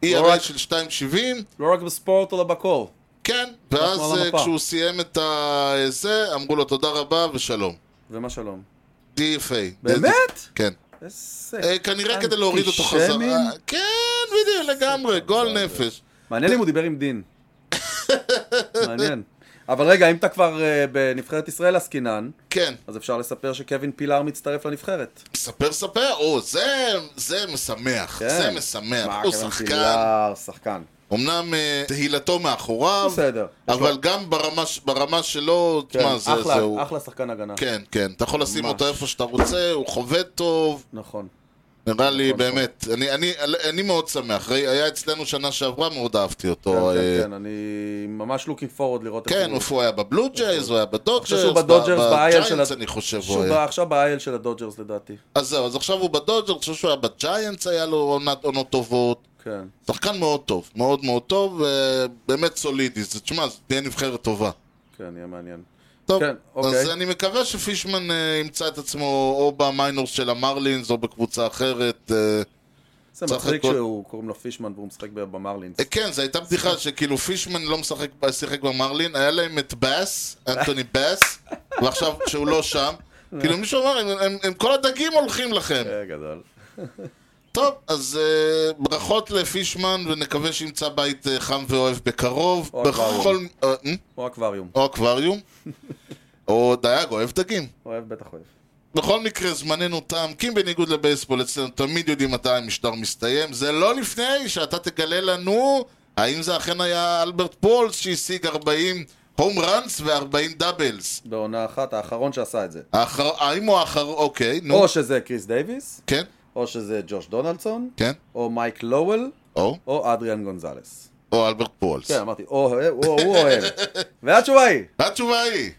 B: לא רק-
A: ERA של 2.70.
B: לא רק בספורט אלא בכל.
A: כן,
B: אנחנו
A: ואז
B: על
A: אה,
B: המפה.
A: כשהוא סיים את ה- אה, זה, אמרו לו תודה רבה ושלום.
B: ומה שלום?
A: DFA.
B: באמת?
A: כן.
B: איזה...
A: אה, כנראה כדי להוריד אותו
B: אנטישמים?
A: חזרה. כן, בדיוק, לגמרי, גועל נפש.
B: מעניין אם הוא דיבר עם דין. מעניין. אבל רגע, אם אתה כבר אה, בנבחרת ישראל עסקינן,
A: כן,
B: אז אפשר לספר שקווין פילאר מצטרף לנבחרת.
A: ספר ספר, או, זה, זה משמח,
B: כן.
A: זה משמח,
B: מה, לא
A: הוא
B: קווין
A: שחקן,
B: פילאר, שחקן.
A: אמנם אה, תהילתו מאחוריו,
B: בסדר.
A: אבל גם ברמה, ש- ברמה שלו,
B: כן,
A: תשמע, זה,
B: אחלה-
A: זהו,
B: אחלה שחקן הגנה.
A: כן, כן, אתה יכול לשים
B: ממש.
A: אותו איפה שאתה רוצה, הוא חובד טוב,
B: נכון.
A: נראה לי
B: נכון,
A: באמת, אני, אני, אני מאוד שמח, ראי, היה אצלנו שנה שעברה, מאוד אהבתי
B: כן,
A: אותו, אה,
B: כן, כן, אני ממש לוקינג פורד לראות איך
A: כן, איפה הוא היה בבלו ג'ייז, הוא היה בדודג'רס,
B: שהוא בדודג'רס, ב-IL של
A: בג'יינטס
B: ה-
A: אני חושב הוא
B: שהוא
A: היה.
B: בא- עכשיו ב-IL של הדודג'רס לדעתי.
A: אז זהו, אז עכשיו הוא בדודג'ר, אני חושב שהוא היה בג'יינטס, היה לו עונת- עונות טובות.
B: כן.
A: שחקן מאוד טוב, מאוד מאוד טוב, אה, באמת סולידי. זה- תשמע, זו תהיה נבחרת טובה.
B: כן, יהיה מעניין.
A: טוב,
B: כן, אוקיי.
A: אז אני מקווה שפישמן אה, ימצא את עצמו או במיינורס של המרלינס או בקבוצה אחרת. אה,
B: זה
A: צריך
B: מצחיק
A: לכל-
B: שהוא, קוראים לו פישמן והוא משחק במרלינס.
A: אה, כן, זו הייתה בדיחה שכאילו פישמן לא משחק, שיחק במרלין, היה להם את בס, אנטוני בס, ועכשיו שהוא לא שם. כאילו מישהו אמר, "הם- הם- הם כל הדגים הולכים לכם.
B: אה, גדול.
A: טוב, אז uh, ברכות לפישמן, ונקווה שימצא בית uh, חם ואוהב בקרוב.
B: או
A: בכל...
B: אקווריום.
A: אה, אה,
B: או אקווריום.
A: או אקווריום. או דייג, אוהב דגים.
B: אוהב, בטח אוהב.
A: בכל מקרה, זמננו תם, כי בניגוד לבייסבול, אצלנו תמיד יודעים מתי המשטר מסתיים. זה לא לפני שאתה תגלה לנו האם זה אכן היה אלברט פולס שהשיג 40 הום ראנס ו-40 דאבלס.
B: בעונה אחת, האחרון שעשה את זה.
A: האחר- האם הוא האחר... אוקיי, נו.
B: או שזה קריס דייוויס,
A: כן,
B: או שזה ג'וש דונלדסון,
A: כן.
B: או מייק לואוול,
A: או.
B: או אדריאן גונזלס.
A: או אלברט פולס.
B: כן, אמרתי, או אוהב, או הוא אוהב. והתשובה היא,
A: התשובה היא...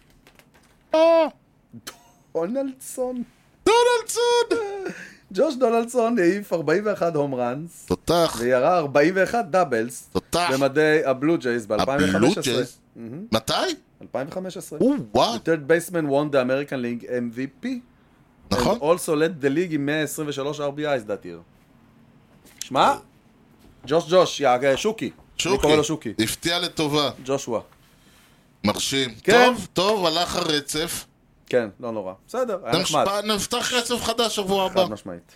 B: דונלדסון.
A: דונלדסון!
B: ג'וש דונלדסון העיף 41 הום ראנס,
A: תותח,
B: וירה 41 דאבלס,
A: תותח.
B: במדי הבלו ג'ייז
A: הבלו
B: ב-2015.
A: ג'ייז? מתי?
B: 2015.
A: או וואו,
B: third baseman won the American League MVP.
A: נכון?
B: And also led the league עם 123 RBIs that year. שמע, ג'וש ג'וש, יא אה, שוקי. אני קורא לו שוקי.
A: הפתיע לטובה,
B: ג'ושוע.
A: מרשים.
B: כן.
A: טוב, טוב, הלך הרצף.
B: כן, לא נורא. בסדר, היה נחמד.
A: נשפ- נפתח רצף חדש שבוע הבא.
B: חד משמעית.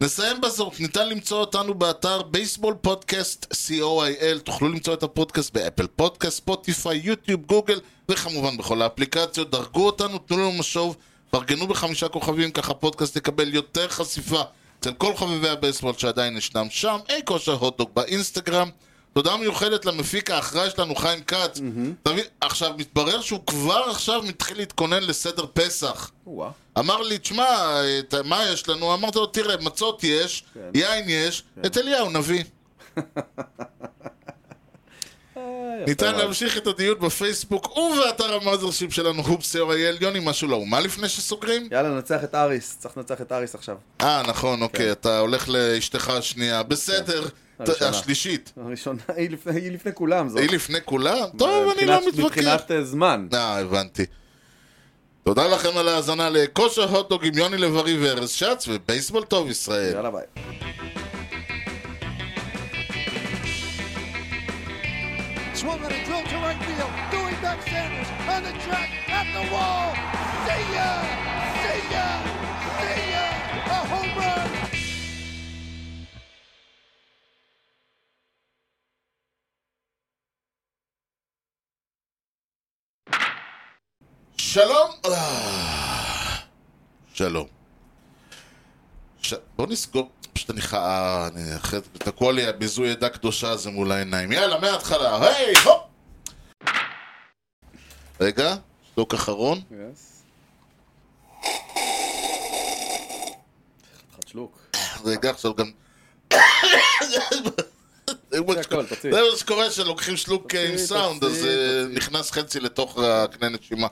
A: נסיים בזאת, ניתן למצוא אותנו באתר בייסבול פודקאסט co.il, תוכלו למצוא את הפודקאסט באפל פודקאסט, ספוטיפיי, יוטיוב, גוגל, וכמובן בכל האפליקציות. דרגו אותנו, תנו לנו משוב, פרגנו בחמישה כוכבים, ככה הפודקאסט יקבל יותר חשיפה אצל כל חובבי הבייסבול שעדיין ישנם שם, אי כושר הוטדוג באינסטגרם. תודה מיוחדת למפיק האחראי שלנו, חיים כץ. אתה מבין? עכשיו, מתברר שהוא כבר עכשיו מתחיל להתכונן לסדר פסח.
B: וואה.
A: אמר לי, תשמע, את- מה יש לנו? אמרתי לו, תראה, מצות יש,
B: כן.
A: יין יש, את אליהו נביא.
B: אה, יפה
A: ניתן
B: מאוד.
A: להמשיך את הדיון בפייסבוק ובאתר המאזרשים שלנו, הופס אוריאל. יוני, משהו לאומה לפני שסוגרים?
B: יאללה, ננצח את אריס. צריך לנצח את אריס עכשיו.
A: אה,
B: כן.
A: נכון, אוקיי, אתה הולך לאשתך השנייה. בסדר, ת-
B: כן. הראשונה.
A: השלישית.
B: הראשונה, היא לפני- היא לפני כולם, זאת.
A: היא לפני כולם? טוב, אני לא
B: מבחינת-
A: מתווכח.
B: מבחינת אה, זמן.
A: אה, הבנתי. תודה לכם על ההאזנה לכושר הוטדוג עם יוני לב-ארי וארז שץ, ובייסבול טוב ישראל.
B: יאללה, ביי.
D: Swung and a drill to right field. Doing back Sanders on the track at the wall. See ya! See ya! See ya! A home run!
A: שלום! אה, שלום. ש... בוא נסגור, פשוט אני חי... אה, אני אחרי... תקוע לי הביזוי עדה קדושה הזה מול העיניים. יאללה, מההתחלה. היי, הופ! רגע, שלוק אחרון.
B: יס. אחד שלוק.
A: רגע, עכשיו גם... זה
B: זה הכל, תוציא.
A: מה שקורה שלוקחים שלוק
B: תוציא,
A: עם סאונד,
B: תוציא,
A: אז אה, נכנס חצי לתוך הקנה נשימה.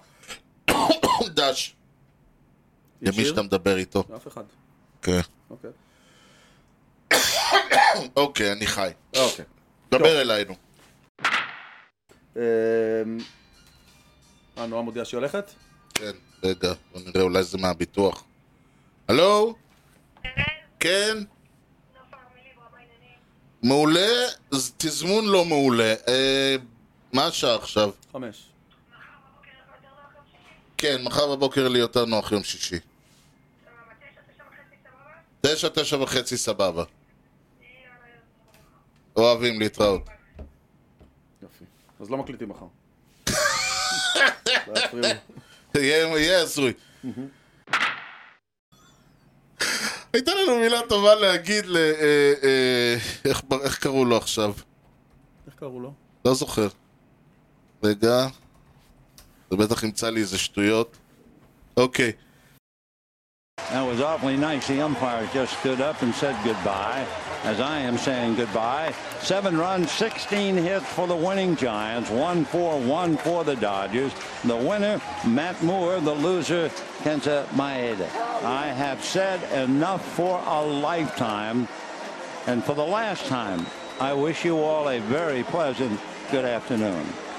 A: דש. למי
B: ישיר?
A: שאתה מדבר איתו.
B: אף אחד.
A: כן.
B: אוקיי.
A: אוקיי, אני חי.
B: אוקיי.
A: דבר אלינו.
B: אמ, אה, נועה מודיעה שהיא הולכת?
A: כן, רגע, בוא נראה, אולי זה מהביטוח. הלו? כן? מעולה, אז תזמון לא מעולה. אה, מה השעה עכשיו?
B: חמש.
A: כן, מחר בבוקר לי יותר נוח יום שישי. תשע, תשע וחצי, סבבה. אוהבים להתראות.
B: יופי. אז לא מקליטים מחר. לא יפריעו.
A: יהיה יהיה הזוי. הייתה לנו מילה טובה להגיד ל... אה, אה, איך- איך קראו לו עכשיו?
B: איך קראו לו?
A: לא זוכר. רגע. זה בטח ימצא לי איזה שטויות. אוקיי.
F: That was awfully nice. The umpire just stood up and said goodbye, as I am saying goodbye. Seven runs, 16 hits for the winning Giants, one for, one for the Dodgers. The winner, Matt Moore, the loser, Kenta Maeda. I have said enough for a lifetime. And for the last time, I wish you all a very pleasant good afternoon.